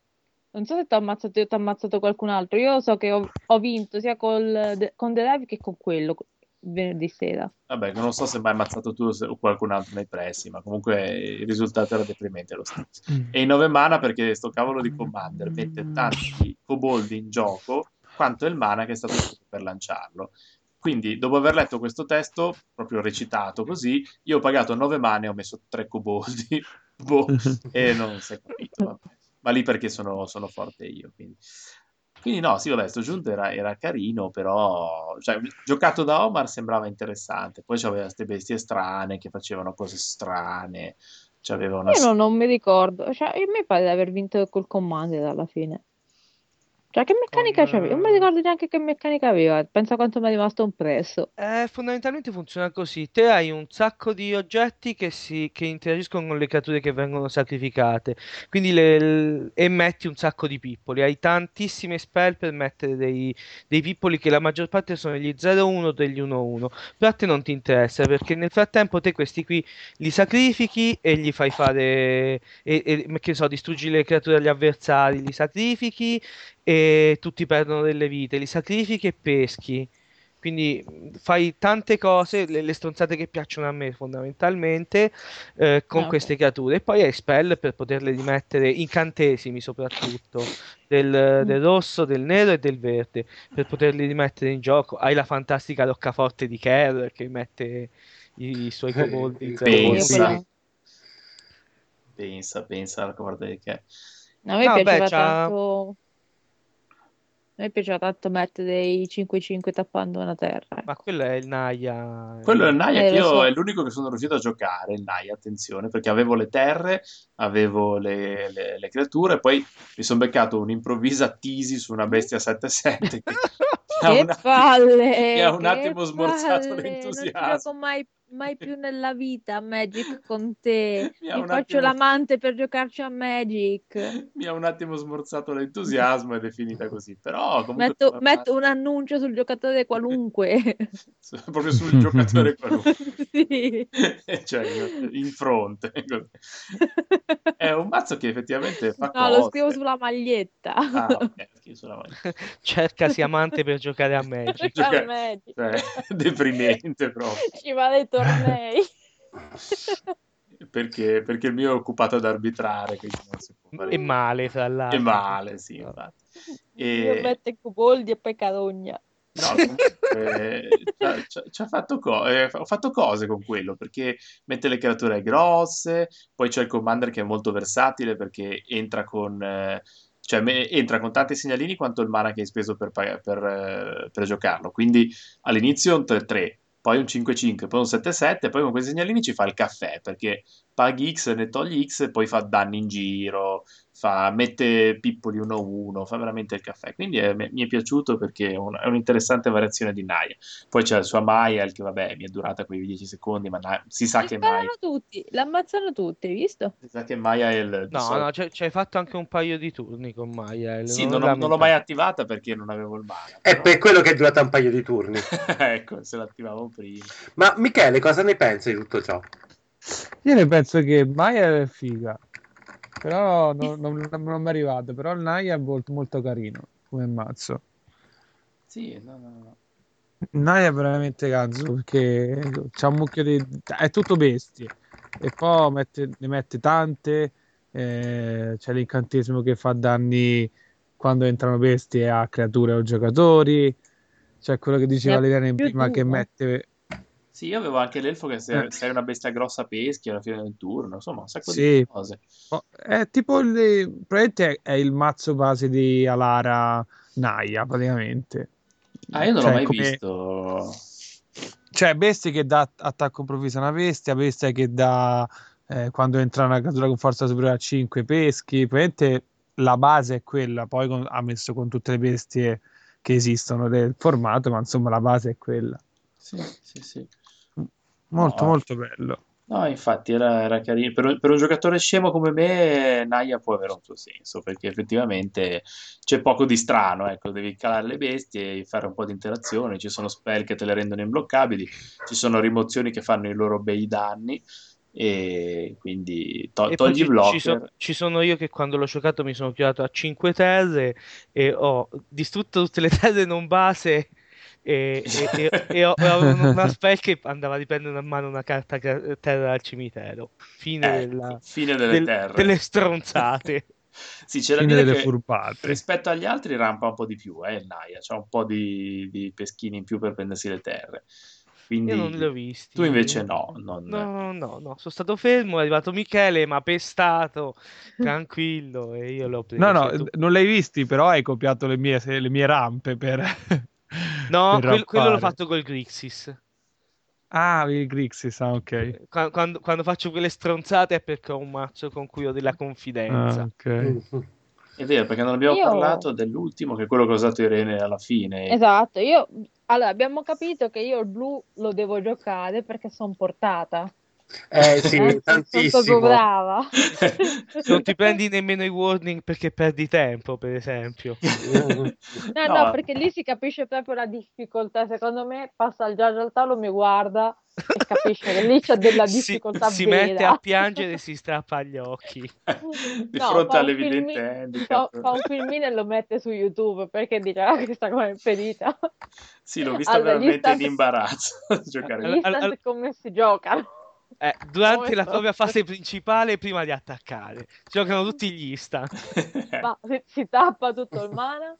Speaker 6: Non so se ti ho ammazzato io, ti ho ammazzato qualcun altro. Io so che ho, ho vinto sia col, de- con The Live che con quello venerdì sera.
Speaker 3: Vabbè, non so se mi hai ammazzato tu o se- o qualcun altro nei pressi, ma comunque il risultato era deprimente lo stesso. E in 9 mana perché sto cavolo di Commander mette tanti coboldi in gioco quanto il mana che è stato speso per lanciarlo. Quindi, dopo aver letto questo testo, proprio recitato così, io ho pagato 9 mana e ho messo 3 coboldi. boh, e non si è capito, vabbè. Ma lì perché sono, sono forte io, quindi... Quindi no, sì, vabbè, sto giunto era, era carino, però cioè, giocato da Omar sembrava interessante. Poi c'aveva queste bestie strane che facevano cose strane. C'aveva una...
Speaker 6: Io non, non mi ricordo. Cioè, a me pare di aver vinto col Commander alla fine. Cioè, che
Speaker 7: con
Speaker 6: meccanica c'aveva? Non mi
Speaker 7: eh,
Speaker 6: ricordo neanche che meccanica aveva. Penso a quanto mi è rimasto impresso.
Speaker 7: Eh, fondamentalmente funziona così: te hai un sacco di oggetti che, si, che interagiscono con le creature che vengono sacrificate, quindi le, l- e metti un sacco di pippoli. Hai tantissime spell per mettere dei, dei pippoli che la maggior parte sono degli 0-1 o degli 1-1, però a te non ti interessa perché nel frattempo te questi qui li sacrifichi e gli fai fare, e, e- che so, distruggi le creature agli avversari, li sacrifichi e tutti perdono delle vite, li sacrifichi e peschi. Quindi mh, fai tante cose, le, le stronzate che piacciono a me fondamentalmente, eh, con
Speaker 6: Ah, ok.
Speaker 7: queste creature. E poi hai spell per poterle rimettere, incantesimi soprattutto, del,
Speaker 6: Mm.
Speaker 7: del rosso, del nero e del verde, per poterli rimettere in gioco. Hai la fantastica roccaforte di Kerr che mette i, i suoi coboldi
Speaker 5: Il
Speaker 6: Sì, io
Speaker 7: 0-1.
Speaker 3: Eh, Pensa,
Speaker 6: quella.
Speaker 5: Coboldi,
Speaker 3: pensa, pensa alla cover del che.
Speaker 6: A me
Speaker 7: No, beh,
Speaker 6: piaceva
Speaker 7: c'ha...
Speaker 6: tanto. A me piaceva tanto mettere i 5-5 tappando una terra.
Speaker 7: Ma
Speaker 6: Ecco.
Speaker 7: quello è il Naya.
Speaker 3: Quello è il Naya
Speaker 6: Eh,
Speaker 3: che
Speaker 6: lo
Speaker 3: io è
Speaker 6: so.
Speaker 3: l'unico che sono riuscito a giocare, il Naya, attenzione, perché avevo le terre, avevo le, le- le creature, poi mi sono beccato un'improvvisa tisi su una bestia 7-7 che, ha
Speaker 6: che
Speaker 3: un attimo-
Speaker 6: palle!
Speaker 3: che ha un
Speaker 6: che
Speaker 3: attimo smorzato
Speaker 6: palle, Non
Speaker 3: l'entusiasmo.
Speaker 6: gioco mai, mai più nella vita a Magic con te.
Speaker 3: Mi
Speaker 6: Mi,
Speaker 3: ha un
Speaker 6: faccio
Speaker 3: attimo-
Speaker 6: l'amante per giocarci a Magic.
Speaker 3: Mi ha un attimo smorzato l'entusiasmo ed è finita così. Però comunque
Speaker 6: Metto,
Speaker 3: fa
Speaker 6: metto un annuncio sul giocatore qualunque.
Speaker 3: parte- proprio sul giocatore qualunque.
Speaker 6: Sì.
Speaker 3: cioè, in- in fronte. È un mazzo che effettivamente Eh, fa
Speaker 6: No, lo
Speaker 3: cose.
Speaker 6: scrivo sulla maglietta.
Speaker 3: Ah, ok, scrivi sulla maglia.
Speaker 7: Cercasi amante per giocare a Magic.
Speaker 6: Gioca-
Speaker 3: Gioca-
Speaker 6: Magic.
Speaker 3: Cioè, deprimente proprio.
Speaker 6: Ci va dai tornei.
Speaker 3: Perché, perché il mio è occupato ad arbitrare, quindi non si può fare
Speaker 7: E male, tra l'altro.
Speaker 3: E male, sì,
Speaker 7: No.
Speaker 3: infatti.
Speaker 6: Io
Speaker 3: E-
Speaker 6: metto Cuboldi e poi Carogna.
Speaker 3: No, comunque, eh, c'ha- c'ha- c'ha fatto co- eh, ho fatto cose con quello perché mette le creature grosse, poi c'è il commander che è molto versatile perché entra con, eh, cioè, me- entra con tanti segnalini quanto il mana che hai speso per, pag- per, eh, per giocarlo. Quindi all'inizio un 3-3, poi un 5-5, poi un 7-7, poi con quei segnalini ci fa il caffè perché paghi X, ne togli X, e poi fa danni in giro, fa- mette pippoli 1-1, fa veramente il caffè. Quindi è- mi mi è piaciuto perché è, un- è un'interessante variazione di Naya. Poi c'è la sua Maial che vabbè mi è durata quei 10 secondi, ma Naya- si sa
Speaker 6: Li
Speaker 3: che
Speaker 6: sparano
Speaker 3: Maya,
Speaker 6: tutti, l'ammazzano tutti, hai visto?
Speaker 3: si sa che Maya è il... di
Speaker 7: No,
Speaker 3: solito-
Speaker 7: no, c'hai c'hai fatto anche un paio di turni con Maya. eh.
Speaker 3: Sì, non, ho- non l'ho mai attivata perché non avevo il mana.
Speaker 5: È
Speaker 3: però-
Speaker 5: per quello che è durata un paio di turni.
Speaker 3: ecco, se l'attivavo prima.
Speaker 5: Ma Michele, cosa ne pensi di tutto ciò?
Speaker 7: cioè
Speaker 8: Io ne penso che Maya è figa, però non, non- non mi è arrivato. Però il Naya è molto, molto carino come mazzo.
Speaker 3: Sì, no, no, no.
Speaker 8: Il Naya è veramente cazzo perché c'ha un mucchio di... è tutto bestie e poi mette- ne mette tante. eh, c'è l'incantesimo che fa danni quando entrano bestie a creature o giocatori. C'è quello che diceva
Speaker 6: Ne ha
Speaker 8: Liliana in
Speaker 6: più
Speaker 8: prima
Speaker 6: di
Speaker 8: che
Speaker 6: uno.
Speaker 8: mette
Speaker 3: Sì, io avevo anche l'elfo che se
Speaker 8: Eh.
Speaker 3: se hai una bestia grossa peschi alla fine del turno, insomma, un sacco di
Speaker 8: Sì.
Speaker 3: cose.
Speaker 8: Oh, È tipo il, praticamente è è il mazzo base di Alara Naya, praticamente.
Speaker 3: Ah, io non
Speaker 8: Cioè,
Speaker 3: l'ho mai
Speaker 8: come-
Speaker 3: visto.
Speaker 8: Cioè, bestie che dà attacco improvviso a una bestia, bestia che dà eh, quando entra una creatura con forza superiore a 5 peschi. Praticamente la base è quella, poi con- ha messo con tutte le bestie che esistono del formato, ma insomma la base è quella.
Speaker 3: Sì, sì, sì.
Speaker 8: Molto,
Speaker 3: No.
Speaker 8: molto bello.
Speaker 3: No, infatti era, era carino. Per un, per un giocatore scemo come me, Naya può avere un suo senso, perché effettivamente c'è poco di strano, ecco, devi calare le bestie, fare un po' di interazione, ci sono spell che te le rendono imbloccabili, ci sono rimozioni che fanno i loro bei danni, e quindi to-
Speaker 7: E poi
Speaker 3: togli i
Speaker 7: ci,
Speaker 3: blocker.
Speaker 7: ci so- ci sono io che quando l'ho giocato mi sono chiudato a 5 tese e ho distrutto tutte le tese non base e, e- e- e ho- e avevo una spell che andava a riprendere a mano una carta ca- terra dal cimitero. Fine
Speaker 3: Ecco,
Speaker 7: della-
Speaker 3: fine delle
Speaker 7: del-
Speaker 3: terre.
Speaker 7: delle stronzate.
Speaker 3: sì, c'è da
Speaker 8: Fine
Speaker 3: dire
Speaker 8: delle
Speaker 3: che
Speaker 8: furbate.
Speaker 3: rispetto agli altri rampa un po' di più, eh, il Naya, c'ha un po' di, di peschini in più per prendersi le terre. Quindi
Speaker 7: Io non li ho visti.
Speaker 3: tu invece no, non-
Speaker 7: No, no, no, no. Sono stato fermo, è arrivato Michele, mi ha pestato, tranquillo, e io l'ho preso.
Speaker 8: No, no,
Speaker 7: e tu-
Speaker 8: non l'hai visti, però hai copiato le mie, le mie rampe per...
Speaker 7: No,
Speaker 8: per
Speaker 7: quel- quello l'ho
Speaker 8: rampare.
Speaker 7: fatto col Grixis.
Speaker 8: Ah, il Grixis, ah, ok.
Speaker 7: Qua- Quando, quando faccio quelle stronzate è perché ho un mazzo con cui ho della
Speaker 8: Ah,
Speaker 7: confidenza.
Speaker 4: Eh.
Speaker 8: ok.
Speaker 5: Eh,
Speaker 3: È vero, perché non abbiamo
Speaker 6: Io-
Speaker 3: parlato dell'ultimo, che è quello che ha usato Irene alla fine.
Speaker 6: Esatto, io allora abbiamo capito che io il blu lo devo giocare perché sono portata.
Speaker 5: Eh sì,
Speaker 6: eh? Sono proprio
Speaker 5: tantissimo.
Speaker 6: brava.
Speaker 7: Se non ti prendi nemmeno i warning perché perdi tempo, per esempio.
Speaker 6: No, no, perché lì si capisce proprio la difficoltà. Secondo me passa il giallo al tavolo, mi guarda e capisce che lì c'è della
Speaker 7: Si-
Speaker 6: difficoltà
Speaker 7: Si,
Speaker 6: vera.
Speaker 7: mette a piangere e si strappa gli occhi.
Speaker 3: di fronte
Speaker 6: No, fa un
Speaker 3: all'evidente
Speaker 6: filmi- fa,
Speaker 3: handicap.
Speaker 6: fa un filmino e lo mette su YouTube perché dice ah, questa cosa è impedita.
Speaker 3: Sì, l'ho vista
Speaker 6: Allora, gli
Speaker 3: veramente
Speaker 6: stanti-
Speaker 3: in imbarazzo giocare
Speaker 7: Allora-
Speaker 6: Gli stand come si giocano.
Speaker 7: Eh, durante
Speaker 6: Come
Speaker 7: la
Speaker 6: so?
Speaker 7: propria fase principale, prima di attaccare, giocano tutti gli instant.
Speaker 6: Ma se si tappa tutto il mana.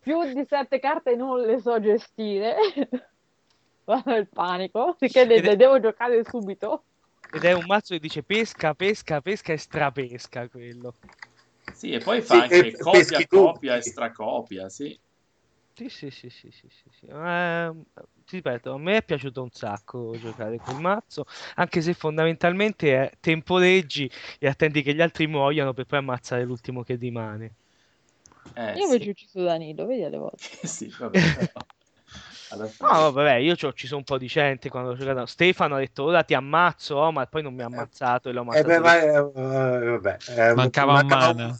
Speaker 6: Più di sette carte non le so gestire. Vado nel panico. Perché le,
Speaker 7: Ed è-
Speaker 6: le devo giocare subito.
Speaker 7: Ed è un mazzo che dice pesca, pesca, pesca e strapesca quello.
Speaker 3: Sì, e poi
Speaker 5: Sì,
Speaker 3: fa anche
Speaker 5: e
Speaker 3: copia,
Speaker 5: peschi
Speaker 3: copia e
Speaker 5: tutti.
Speaker 3: stracopia, sì.
Speaker 7: Sì, sì, sì, sì, sì, sì, sì. Ehm, ti ripeto, a me è piaciuto un sacco giocare col mazzo, anche se fondamentalmente è temporeggi e attendi che gli altri muoiano per poi ammazzare l'ultimo che rimane.
Speaker 3: Eh,
Speaker 6: Io
Speaker 3: sì.
Speaker 6: invece ho ucciso Danilo, vedi alle volte.
Speaker 3: Sì, vabbè, però. Alla fine-
Speaker 5: Ah.
Speaker 7: No, vabbè, io ci ho ucciso un po' di gente quando ho giocato. Stefano ha detto ora ti ammazzo, oh, ma poi non mi ha ammazzato e l'ho
Speaker 5: Eh,
Speaker 7: ammazzato.
Speaker 5: beh,
Speaker 7: io.
Speaker 5: vai, eh, vabbè, eh,
Speaker 4: Mancava Mana.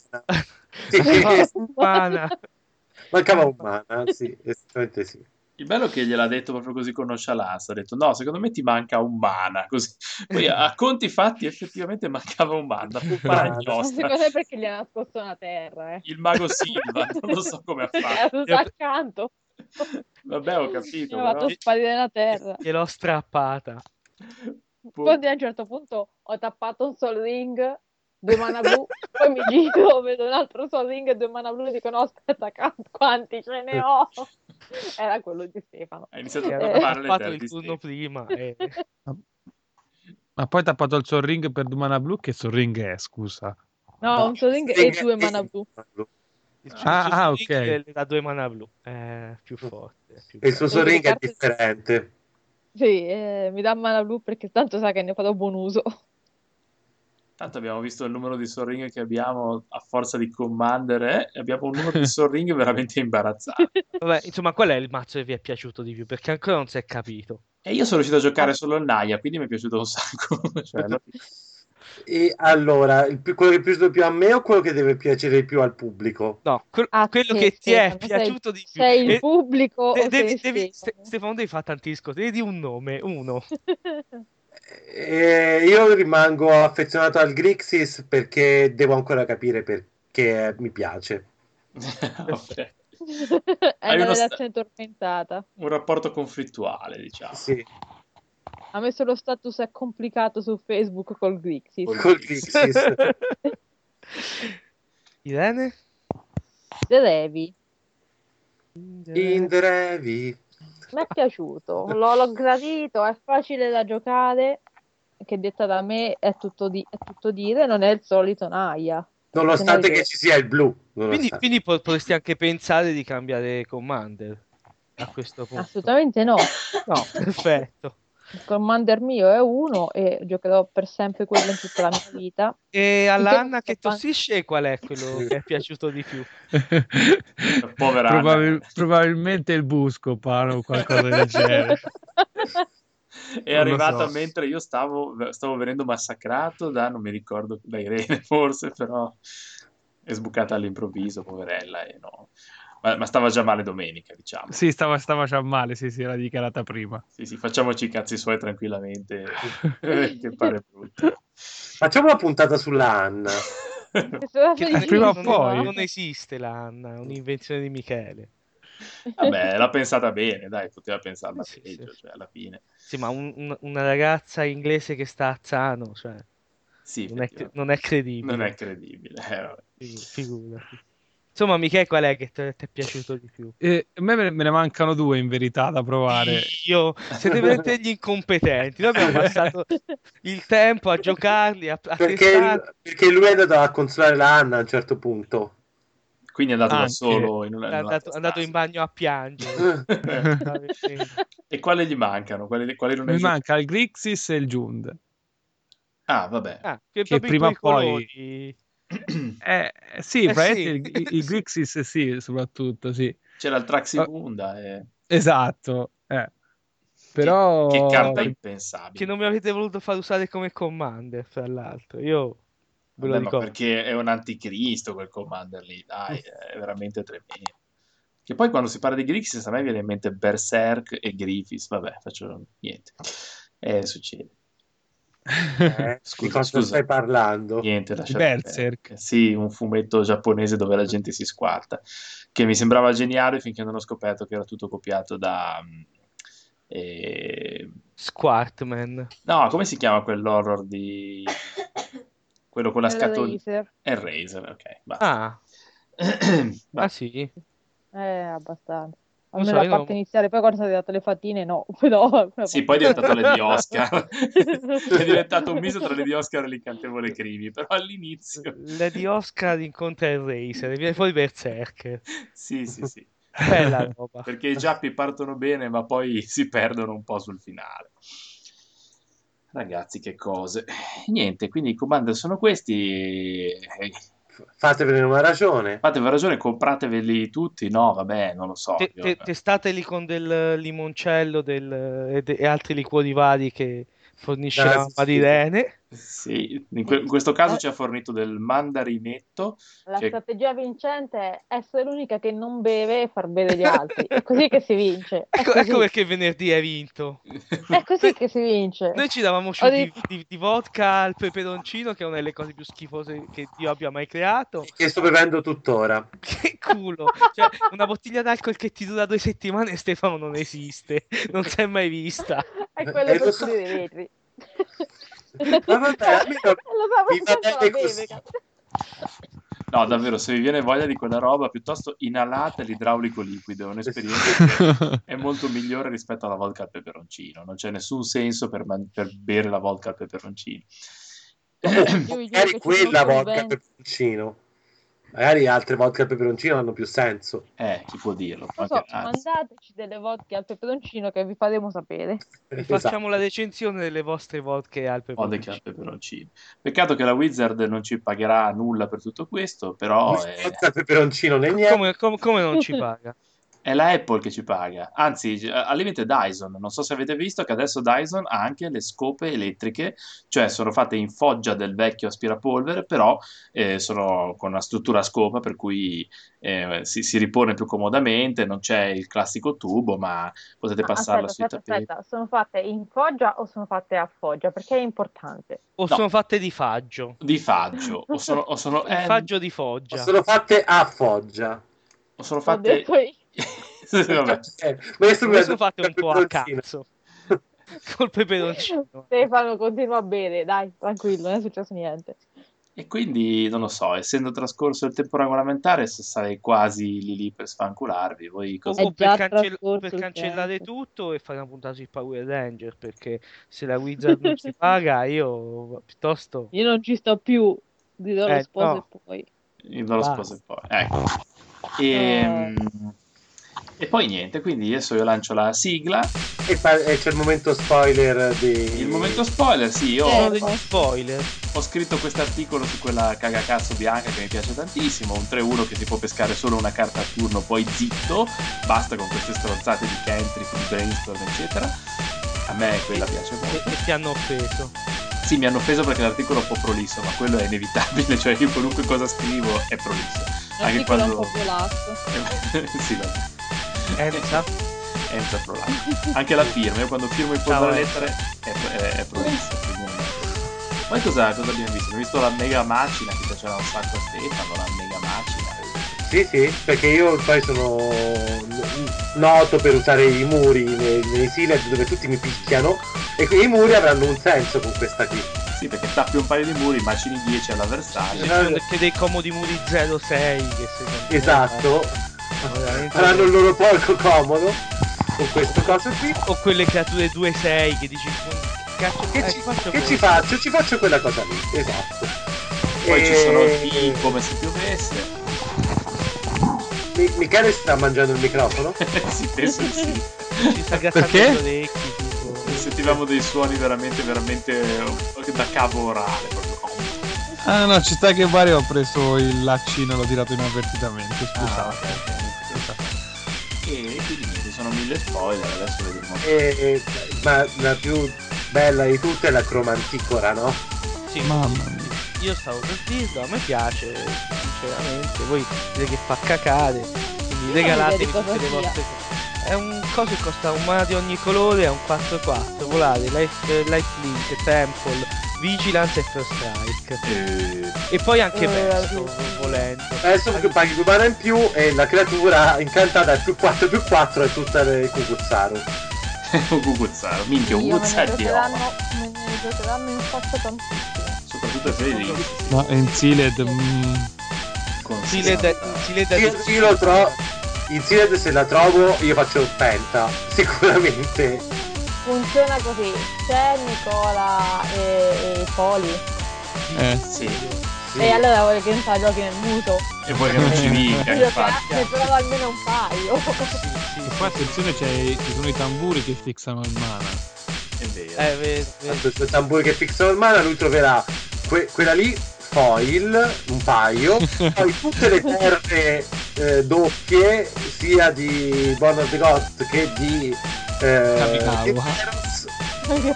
Speaker 5: Mana.
Speaker 7: Mancava
Speaker 5: Sì,
Speaker 7: Mana.
Speaker 5: mancava un Mana, sì, esattamente sì.
Speaker 3: Il bello è che gliel'ha detto proprio così con nonchalance, ha detto no, secondo me ti manca un mana, così. Poi a a conti fatti effettivamente mancava un mana,
Speaker 5: Un
Speaker 3: puttana
Speaker 5: mana.
Speaker 6: Ma
Speaker 3: giostra.
Speaker 6: secondo me perché gli ha nascosto una terra, eh.
Speaker 3: Il mago Silva, non lo so come ha fatto.
Speaker 6: Era tutto accanto.
Speaker 3: Certo. Vabbè, ho capito,
Speaker 6: Mi ha
Speaker 3: però.
Speaker 6: fatto sparire la terra.
Speaker 7: Gliel'ho strappata.
Speaker 3: Boh.
Speaker 6: Poi a un certo punto ho tappato un sol ring, due mana blu, poi mi giro, vedo un altro sol ring e due mana blu e dico no aspetta, ca- quanti ce ne ho? Era quello di Stefano.
Speaker 3: Ha iniziato
Speaker 7: E
Speaker 3: a
Speaker 6: Eh.
Speaker 7: allora
Speaker 3: tappare
Speaker 7: ha
Speaker 3: le
Speaker 7: fatto
Speaker 3: terre
Speaker 7: il
Speaker 3: di
Speaker 7: turno
Speaker 3: Stefano.
Speaker 7: prima. E...
Speaker 8: Ma poi ha tappato il sorring per due mana blu. Che sorring è, scusa?
Speaker 6: No, un sol ring e due mana blu.
Speaker 7: Il suo, il
Speaker 8: Ah,
Speaker 7: suo
Speaker 8: ah,
Speaker 7: swing
Speaker 8: ok.
Speaker 7: le- le dà due mana blu. È più forte. più
Speaker 5: E il suo
Speaker 7: bello.
Speaker 6: Perché le
Speaker 5: sorring è
Speaker 6: carte-
Speaker 5: differente.
Speaker 6: Sì, eh, mi dà mana blu perché tanto sa che ne farò buon uso.
Speaker 3: Tanto abbiamo visto il numero di sorring che abbiamo a forza di commander eh, e abbiamo un numero di sorring veramente imbarazzante.
Speaker 7: Vabbè, insomma, qual è il mazzo che vi è piaciuto di più? Perché ancora non si è capito.
Speaker 3: E io sono riuscito a giocare solo il Naya, quindi mi è piaciuto un sacco. Cioè, no?
Speaker 5: E allora, il più- quello che è piaciuto più a me o quello che deve piacere di più al pubblico?
Speaker 7: No, que-
Speaker 6: Ah,
Speaker 7: quello
Speaker 6: te,
Speaker 7: che ti è
Speaker 6: Stefano, sei-
Speaker 7: piaciuto di più.
Speaker 6: Sei il
Speaker 7: E-
Speaker 6: pubblico
Speaker 7: de-
Speaker 6: o
Speaker 7: devi,
Speaker 6: sei
Speaker 7: devi, Ste-
Speaker 6: Stefano?
Speaker 7: Stefano, devi fare tanti discorsi. Devi dire un nome, uno.
Speaker 5: Eh, io rimango affezionato al Grixis perché devo ancora capire perché mi piace.
Speaker 3: Ok.
Speaker 6: È
Speaker 3: Hai
Speaker 6: una
Speaker 3: uno sta-
Speaker 6: relazione tormentata.
Speaker 3: un rapporto conflittuale, diciamo.
Speaker 5: Sì,
Speaker 6: Ha messo lo status è complicato su Facebook col Grixis.
Speaker 3: Col
Speaker 5: col
Speaker 3: Grixis.
Speaker 5: Grixis.
Speaker 7: Irene?
Speaker 6: The Levi.
Speaker 5: In the Revi.
Speaker 6: Mi è piaciuto, l'ho, l'ho gradito, è facile da giocare, che detta da me è tutto, di- è tutto dire, non è il solito Naya.
Speaker 5: Nonostante
Speaker 6: Perché
Speaker 5: che ci sia il blu.
Speaker 7: Quindi,
Speaker 5: Nonostante.
Speaker 7: quindi po- potresti anche pensare di cambiare Commander a questo
Speaker 3: Certo.
Speaker 7: punto.
Speaker 6: Assolutamente no,
Speaker 7: No, perfetto.
Speaker 6: il commander mio è uno e giocherò per sempre quello in tutta la mia vita.
Speaker 7: E alla
Speaker 6: Finché
Speaker 7: Anna
Speaker 6: non
Speaker 7: che
Speaker 6: so ban-
Speaker 7: tossisce, qual è quello che è piaciuto di più?
Speaker 3: Povera
Speaker 8: Probabil-
Speaker 3: Anna.
Speaker 8: probabilmente il busco, pano, qualcosa del genere.
Speaker 3: È
Speaker 8: Non lo
Speaker 3: arrivata
Speaker 8: so.
Speaker 3: mentre io stavo, stavo venendo massacrato da, non mi ricordo, da Irene forse, però è sbucata all'improvviso, poverella, e no. Ma, ma stava già male domenica, diciamo.
Speaker 8: Sì, stava, stava già male, sì, si era dichiarata prima.
Speaker 3: Sì, sì, facciamoci i cazzi suoi tranquillamente, che pare brutto.
Speaker 5: Facciamo una puntata sulla Anna.
Speaker 6: Che sarà
Speaker 7: Che
Speaker 8: eh, prima o
Speaker 6: felicissimo,
Speaker 8: poi.
Speaker 6: eh.
Speaker 7: non esiste la Anna, è un'invenzione di Michele.
Speaker 3: Vabbè, l'ha pensata bene, dai, poteva pensarla
Speaker 7: Sì, sì,
Speaker 3: peggio,
Speaker 7: sì.
Speaker 3: cioè, alla fine.
Speaker 7: Sì, ma un- un- una ragazza inglese che sta a Zano, cioè,
Speaker 3: Sì,
Speaker 7: non è, cre-
Speaker 3: effettivamente.
Speaker 7: non è
Speaker 3: Non è
Speaker 7: credibile.
Speaker 3: credibile. eh, vabbè.
Speaker 7: Figu- Figurati. Insomma, Michele, qual è che ti è piaciuto di più?
Speaker 8: Eh, a me me me ne mancano due in verità da provare.
Speaker 7: Io, siete veramente gli incompetenti. Noi abbiamo passato il tempo a giocarli, a, a testarli.
Speaker 5: Perché, perché lui è andato a consolare la Anna a un certo punto.
Speaker 3: Quindi è andato da
Speaker 8: Anche.
Speaker 3: solo in una,
Speaker 7: È
Speaker 3: in una
Speaker 7: andato, è andato in
Speaker 3: testata.
Speaker 7: bagno a piangere. Eh, veramente.
Speaker 3: E quali gli mancano? Quali, quali non hai
Speaker 8: Mi
Speaker 3: giocato?
Speaker 8: manca il Grixis e il Jund,
Speaker 3: Ah, vabbè.
Speaker 7: Ah, che proprio
Speaker 8: che
Speaker 7: i
Speaker 8: prima o
Speaker 7: tuoi
Speaker 8: poi...
Speaker 7: colori.
Speaker 8: Eh, sì,
Speaker 7: Eh sì,
Speaker 8: praticamente il, il- il
Speaker 7: sì.
Speaker 8: Grixis sì, soprattutto, sì.
Speaker 3: C'era il
Speaker 8: Oh,
Speaker 3: Traxibunda. eh.
Speaker 8: esatto, eh.
Speaker 3: Che, che
Speaker 8: Però...
Speaker 3: carta
Speaker 7: Vabbè, che
Speaker 3: impensabile.
Speaker 7: non mi avete voluto far usare come commander, fra l'altro. Io ve
Speaker 3: Vabbè,
Speaker 7: lo
Speaker 3: ma
Speaker 7: ricordo.
Speaker 3: perché è un anticristo quel commander lì, dai, è veramente tremendo. Che poi quando si parla di Grixis a me viene in mente Berserk e Griffiths, vabbè, faccio niente. Eh, succede.
Speaker 5: Eh, di
Speaker 3: Scusa,
Speaker 5: cosa
Speaker 3: scusa.
Speaker 5: stai parlando?
Speaker 3: Niente,
Speaker 8: Di
Speaker 3: lasciate perdere.
Speaker 8: Berserk.
Speaker 3: Sì, un fumetto giapponese dove la gente si squarta, che mi sembrava geniale finché non ho scoperto che era tutto copiato da... mm, eh,
Speaker 7: Squartman.
Speaker 3: No, come si chiama quell'horror di... quello con la
Speaker 6: Era
Speaker 3: scatola...
Speaker 6: Razer,
Speaker 3: Hellraiser, ok, basta.
Speaker 7: Ah, ah
Speaker 3: Vabbè.
Speaker 7: sì.
Speaker 6: eh, abbastanza.
Speaker 7: Non
Speaker 6: Almeno
Speaker 7: so,
Speaker 6: la
Speaker 7: io non...
Speaker 6: parte iniziale, poi quando sono arrivate le fatine, no, però quella
Speaker 3: Sì,
Speaker 6: parte
Speaker 3: poi è diventato
Speaker 6: iniziale.
Speaker 3: le di Oscar. È diventato un misto tra le di Oscar e l'incantevole Crimi, però all'inizio...
Speaker 7: Lady Oscar incontra il Razer, viene fuori Berserker.
Speaker 3: Sì, sì, sì.
Speaker 7: Bella roba.
Speaker 3: Perché i giappi partono bene, ma poi si perdono un po' sul finale. Ragazzi, che cose. Niente, quindi i commander sono questi.
Speaker 5: F- Fatevene una ragione.
Speaker 3: Fatevi ragione, comprateveli tutti. No, vabbè, non lo so.
Speaker 7: Te-
Speaker 3: io- eh.
Speaker 7: te- testateli con del limoncello del- e, de- e altri liquori vari che fornisce
Speaker 5: Dalla
Speaker 7: la mamma di
Speaker 5: Sicilia.
Speaker 7: Irene.
Speaker 3: Sì, in, que- in questo caso
Speaker 6: Eh.
Speaker 3: ci ha fornito del mandarinetto.
Speaker 6: La
Speaker 3: Cioè-
Speaker 6: strategia vincente è essere l'unica che non beve e far bere gli altri. È così che si vince. È
Speaker 7: Ecco,
Speaker 6: così,
Speaker 7: ecco perché venerdì hai vinto.
Speaker 6: È così che si vince.
Speaker 7: Noi ci davamo su
Speaker 6: Ho
Speaker 7: di,
Speaker 6: detto-
Speaker 7: di- di vodka al peperoncino, che è una delle cose più schifose che Dio abbia mai creato.
Speaker 5: Che sto bevendo tuttora.
Speaker 7: Che culo! Cioè, una bottiglia d'alcol che ti dura due settimane, Stefano, non esiste. Non si è mai vista.
Speaker 6: È quello
Speaker 5: Eh,
Speaker 6: per
Speaker 5: lo so.
Speaker 6: pulire i vetri.
Speaker 5: Ma vabbè, almeno
Speaker 6: lo so,
Speaker 5: mi va
Speaker 6: questo la
Speaker 5: bene
Speaker 6: beve,
Speaker 5: così.
Speaker 6: cazzo.
Speaker 3: No, davvero, se vi viene voglia di quella roba, piuttosto inalate l'idraulico liquido. È un'esperienza
Speaker 8: Eh,
Speaker 3: è molto migliore rispetto alla vodka al peperoncino. Non c'è nessun senso per, man- per bere la vodka al peperoncino.
Speaker 6: Giù, giù,
Speaker 5: Magari
Speaker 6: che ci sono
Speaker 5: quella vodka al
Speaker 6: solventi.
Speaker 5: peperoncino. Magari altre vodka al peperoncino hanno più senso.
Speaker 3: Eh, chi può dirlo?
Speaker 6: Non
Speaker 3: Anche-
Speaker 6: so,
Speaker 7: ah,
Speaker 3: anzi.
Speaker 6: mandateci delle vodka al peperoncino che vi faremo sapere.
Speaker 7: Vi
Speaker 5: Esatto.
Speaker 7: facciamo la recensione delle vostre vodka al
Speaker 3: Vodka al
Speaker 7: peperoncino.
Speaker 3: peperoncino. Peccato che la Wizard non ci pagherà nulla per tutto questo, però
Speaker 5: Né
Speaker 3: è,
Speaker 5: vodka al peperoncino né
Speaker 7: Co-
Speaker 5: niente.
Speaker 7: Come, com- come non ci paga?
Speaker 3: è la Apple che ci paga. Anzi, eh, al limite Dyson. Non so se avete visto che adesso Dyson ha anche le scope elettriche, cioè sono fatte in foggia del vecchio aspirapolvere, però eh, sono con una struttura a scopa per cui eh, si, si ripone più comodamente, non c'è il classico tubo, ma potete
Speaker 6: Ah,
Speaker 3: passarla
Speaker 6: aspetta,
Speaker 3: sui
Speaker 6: aspetta,
Speaker 3: tappeti.
Speaker 6: aspetta. Sono fatte in foggia o sono fatte a foggia? Perché è importante.
Speaker 7: O
Speaker 3: No.
Speaker 7: sono fatte di faggio?
Speaker 3: Di faggio, o sono, o sono,
Speaker 7: Il
Speaker 3: eh,
Speaker 7: faggio di Foggia.
Speaker 5: Sono fatte a Foggia.
Speaker 3: o sono
Speaker 6: L'ho
Speaker 3: fatte...
Speaker 6: detto io.
Speaker 3: Sì, vabbè.
Speaker 5: Eh, ma io sto
Speaker 7: Come sono
Speaker 5: bevendo
Speaker 7: fatte
Speaker 5: vodka
Speaker 7: un
Speaker 5: al
Speaker 7: po' a
Speaker 5: peperoncino.
Speaker 7: cazzo? Col peperoncino.
Speaker 6: Stefano continua a bere, dai, tranquillo, non è successo niente.
Speaker 3: E quindi non lo so, essendo trascorso il tempo regolamentare, s- sarei quasi lì lì per spancularvi. Voi
Speaker 7: O,
Speaker 3: cosa?
Speaker 6: È
Speaker 7: o per,
Speaker 6: già
Speaker 7: cancell-
Speaker 6: trascorso
Speaker 7: per
Speaker 6: il
Speaker 7: cancellare
Speaker 6: tempo.
Speaker 7: tutto e fare una puntata sui Power Ranger, perché se la Wizard non ci paga, io piuttosto...
Speaker 6: Io non ci sto più, dirò lo
Speaker 7: Eh,
Speaker 6: sposo
Speaker 7: no.
Speaker 6: e poi.
Speaker 3: Il loro
Speaker 7: Basta.
Speaker 3: sposo e poi. Ecco. Ehm, E, poi niente, quindi adesso io lancio la sigla.
Speaker 5: E, fa- e c'è il momento spoiler di...
Speaker 3: Il momento spoiler, sì, io
Speaker 7: Sono
Speaker 6: Eh,
Speaker 3: ho
Speaker 7: degli
Speaker 6: ma-
Speaker 7: spoiler.
Speaker 3: ho scritto quest'articolo su quella cagacazzo bianca che mi piace tantissimo, un 3-1 che si può pescare solo una carta a turno, poi zitto, basta con queste stronzate di country, di brainstorm, eccetera. A me quella piace
Speaker 7: E,
Speaker 3: molto.
Speaker 7: e ti hanno offeso.
Speaker 3: Sì, mi hanno offeso perché l'articolo è un po' prolisso, ma quello è inevitabile, cioè io qualunque cosa scrivo è prolisso.
Speaker 6: non
Speaker 3: Anche
Speaker 6: ti quella un
Speaker 3: quando...
Speaker 6: po' violato.
Speaker 3: sì, vabbè.
Speaker 7: Enza.
Speaker 3: Enza prolato. certo Anche la firma, io quando firmo in fondo
Speaker 7: Ciao,
Speaker 3: alle
Speaker 7: Enza.
Speaker 3: lettere è, è, è prolissa. quindi non è- Poi cosa, cosa abbiamo visto? Abbiamo visto la mega macina che piaceva un sacco a Stefano, la mega macina.
Speaker 5: Sì, sì, perché io poi sono noto per usare i muri nei, nei silent dove tutti mi picchiano e quindi i muri avranno un senso con questa qui.
Speaker 3: Sì, perché tappi un paio di muri, macini 10 all'avversario.
Speaker 7: Sono che dei comodi muri 06 che se
Speaker 5: Esatto,
Speaker 7: Veramente.
Speaker 5: faranno il loro porco comodo con questo coso qui.
Speaker 7: O quelle creature 26 che dici "Che cazzo
Speaker 5: Che,
Speaker 7: eh,
Speaker 5: ci,
Speaker 7: faccio
Speaker 5: che ci
Speaker 7: questo?"
Speaker 5: faccio? Ci faccio quella cosa lì, esatto. Eh,
Speaker 3: Poi ci
Speaker 5: E-
Speaker 3: sono i come se piovesse.
Speaker 5: Mi- Michele sta mangiando il microfono.
Speaker 3: sì, penso di sì.
Speaker 7: Ci sta grattando
Speaker 8: Perché?
Speaker 7: gli orecchi, tipo.
Speaker 3: sentivamo dei suoni veramente veramente eh, da cavo orale proprio.
Speaker 8: Ah no, ci sta che Mario ho preso il laccino e l'ho tirato inavvertitamente,
Speaker 3: Ah,
Speaker 8: scusate.
Speaker 3: ok, ok, ok. Eh. e quindi niente, sono mille spoiler adesso vedremo
Speaker 5: E- e- Eh, ma la più bella di tutte è la cromanticora, no?
Speaker 7: Sì,
Speaker 8: Mamma mia.
Speaker 7: io stavo per dirlo, a me piace, sinceramente. Voi dite che fa cacare, quindi
Speaker 6: Io
Speaker 7: regalatevi
Speaker 6: non
Speaker 7: tutte
Speaker 6: vedo
Speaker 7: le
Speaker 6: cosa
Speaker 7: vostre cose. È un coso che costa un mana di ogni colore, è un 4-4, volare, life, eh, life link, temple, vigilance e first strike.
Speaker 3: Eh,
Speaker 7: E poi anche
Speaker 6: Eh,
Speaker 7: verso,
Speaker 6: sì.
Speaker 7: volendo.
Speaker 5: Adesso che paghi due mana in più e la creatura incantata è più 4 più 4 è tutta le Cucuzzaro.
Speaker 3: un cucuzzaro minchia un
Speaker 6: Io me ne
Speaker 3: cucuzzaro di
Speaker 6: giocheranno,
Speaker 3: roba
Speaker 6: me ne giocheranno in faccia tantissimo.
Speaker 3: soprattutto per i
Speaker 7: Secondo
Speaker 3: ricchi,
Speaker 8: No, e in Sealed, mm,
Speaker 3: con
Speaker 7: Si lede,
Speaker 3: 60.
Speaker 7: si lede
Speaker 5: Io-
Speaker 7: di-
Speaker 5: io lo tro- In Sired se la trovo io faccio penta, sicuramente.
Speaker 6: Funziona così. C'è Nicola e, e Poli.
Speaker 8: eh,
Speaker 3: Sì,
Speaker 5: Sì.
Speaker 6: E allora vuole che non fa giochi nel muso.
Speaker 3: e poi che non ci dica
Speaker 6: Io
Speaker 3: Eh, infatti
Speaker 6: cazzo, però almeno un paio.
Speaker 7: Sì, sì,
Speaker 8: E poi attenzione c'è- ci sono i tamburi che fixano il mana.
Speaker 3: è vero
Speaker 7: Eh, ve- ve-
Speaker 5: Questo tamburo che fixa il mana lui troverà que- quella lì foil, un paio, poi tutte le terre eh, doppie, sia di Born of the Ghost che di... Eh,
Speaker 9: Kamikawa.
Speaker 5: di Eros.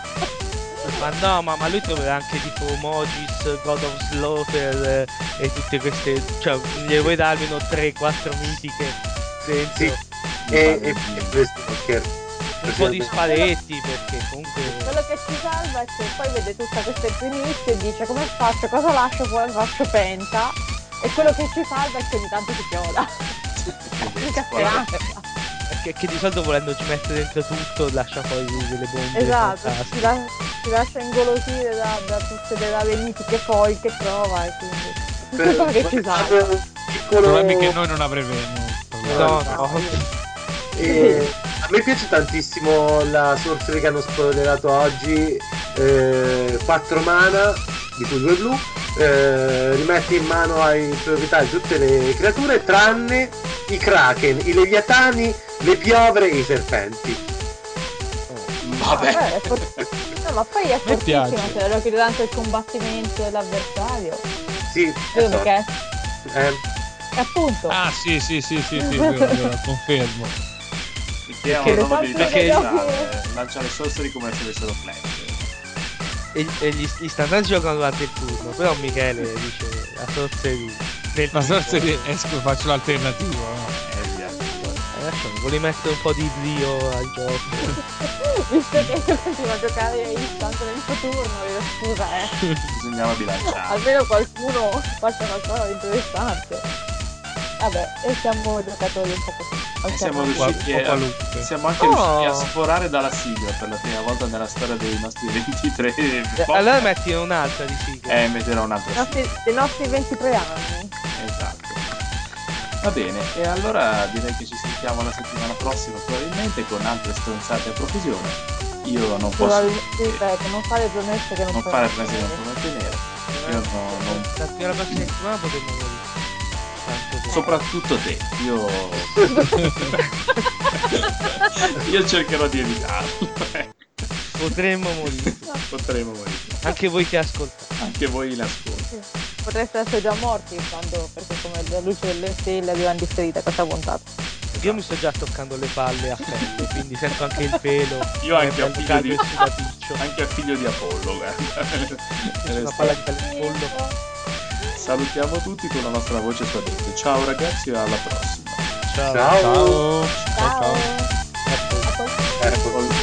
Speaker 7: Ma no, ma, ma lui troverà anche tipo Mogis, God of Slaughter eh, e tutte queste. Cioè, gli vuoi dare almeno 3-4 mitiche dentro.
Speaker 5: Sì, e, e, e questo scherzo.
Speaker 7: Un po' di spaletti perché comunque.
Speaker 6: Quello che ci salva è che poi vede tutta questa infinizia e dice come faccio, cosa lascio fuori, faccio penta. E quello che ci salva è che ogni tanto si chiola. Mica speranza.
Speaker 7: Che, che di solito volendoci mettere dentro tutto lascia poi delle bombe.
Speaker 6: Esatto, si,
Speaker 7: fantastiche.
Speaker 6: la- si lascia ingolosire da, da tutte le dalle mitiche poi che trova e quindi... quello che ci salva.
Speaker 5: un
Speaker 9: I
Speaker 5: piccolo...
Speaker 9: problemi che noi non avremo.
Speaker 7: No,
Speaker 5: Esatto.
Speaker 7: no.
Speaker 5: E a me piace tantissimo la sorcery che hanno spoilerato oggi, eh, 4 mana, di cui 2 blu, eh, rimette in mano ai proprietari tutte le creature tranne i kraken, i leviatani, le piovre e i serpenti.
Speaker 1: Vabbè,
Speaker 6: Eh, è for- No, ma poi è fortissimo,
Speaker 9: piace.
Speaker 6: cioè, lo chiede tanto il combattimento dell'avversario.
Speaker 3: Eh,
Speaker 5: Sì,
Speaker 6: Vedo
Speaker 5: esatto.
Speaker 6: perché,
Speaker 5: Eh,
Speaker 6: appunto,
Speaker 9: Ah, sì, sì, sì, sì, sì, vero, vero, confermo.
Speaker 3: Che è una
Speaker 6: Che le
Speaker 3: nuova abilità
Speaker 6: sorcery
Speaker 3: che
Speaker 6: degli
Speaker 3: lancia lanciare sorcery come se avessero flash.
Speaker 7: E, e gli, gli istantanei giocano durante il turno, però Michele dice la sorceria. nel
Speaker 9: La
Speaker 7: turno.
Speaker 9: sorceria esco, faccio l'alternativa. no?
Speaker 3: E via.
Speaker 7: Eh, lasciamo, volevi mettere un po' di brio al gioco.
Speaker 6: visto che io continuo a giocare istante nel suo turno, io scusa, eh.
Speaker 3: Bisognava bilanciare.
Speaker 6: almeno qualcuno faccia qualcosa di interessante. Vabbè, e siamo giocatori un po' così.
Speaker 3: E siamo
Speaker 6: Ok.
Speaker 9: Qual-
Speaker 3: riusciti
Speaker 9: o
Speaker 3: a...
Speaker 9: qualunque.
Speaker 3: Siamo anche
Speaker 7: Oh.
Speaker 3: riusciti a sforare dalla sigla per la prima volta nella storia dei nostri 23 podcast.
Speaker 7: allora metti un'altra di sigla.
Speaker 3: Eh, metterò un'altra
Speaker 6: I
Speaker 3: sigla.
Speaker 6: nostri, dei nostri 23 anni.
Speaker 3: Esatto. Va bene, e allora direi che ci sentiamo la settimana prossima probabilmente con altre stronzate a profusione. Io Cioè, non posso eh,
Speaker 6: Probabil- ripeto, non fare promesse che non,
Speaker 3: non
Speaker 6: puoi
Speaker 3: fare prese
Speaker 6: mantenere.
Speaker 3: da tenere. Io no- non-
Speaker 7: La prima la prossima settimana potremmo morire. Tanto che-
Speaker 3: Soprattutto te, io... io cercherò di evitarlo.
Speaker 7: Potremmo morire.
Speaker 3: Potremmo morire.
Speaker 7: Anche voi che ascoltate.
Speaker 3: Anche voi in ascolto.
Speaker 6: Potreste essere già morti quando, perché come la luce delle stelle abbiamo differita questa puntata.
Speaker 7: Io mi sto già toccando le palle a pelle, quindi sento anche il pelo.
Speaker 3: Io anche
Speaker 7: Eh,
Speaker 3: a
Speaker 7: bello
Speaker 3: figlio
Speaker 7: caldo
Speaker 3: di-
Speaker 7: e sudaticcio.
Speaker 3: Esatto. Anche a figlio di Apollo, guarda.
Speaker 7: Una palla di pelle di pollo.
Speaker 3: Salutiamo tutti con la nostra voce suadente. Ciao ragazzi e alla prossima.
Speaker 5: ciao.
Speaker 9: Ciao. Ciao, ciao.
Speaker 6: Ciao. A qualcuno.
Speaker 5: Ecco.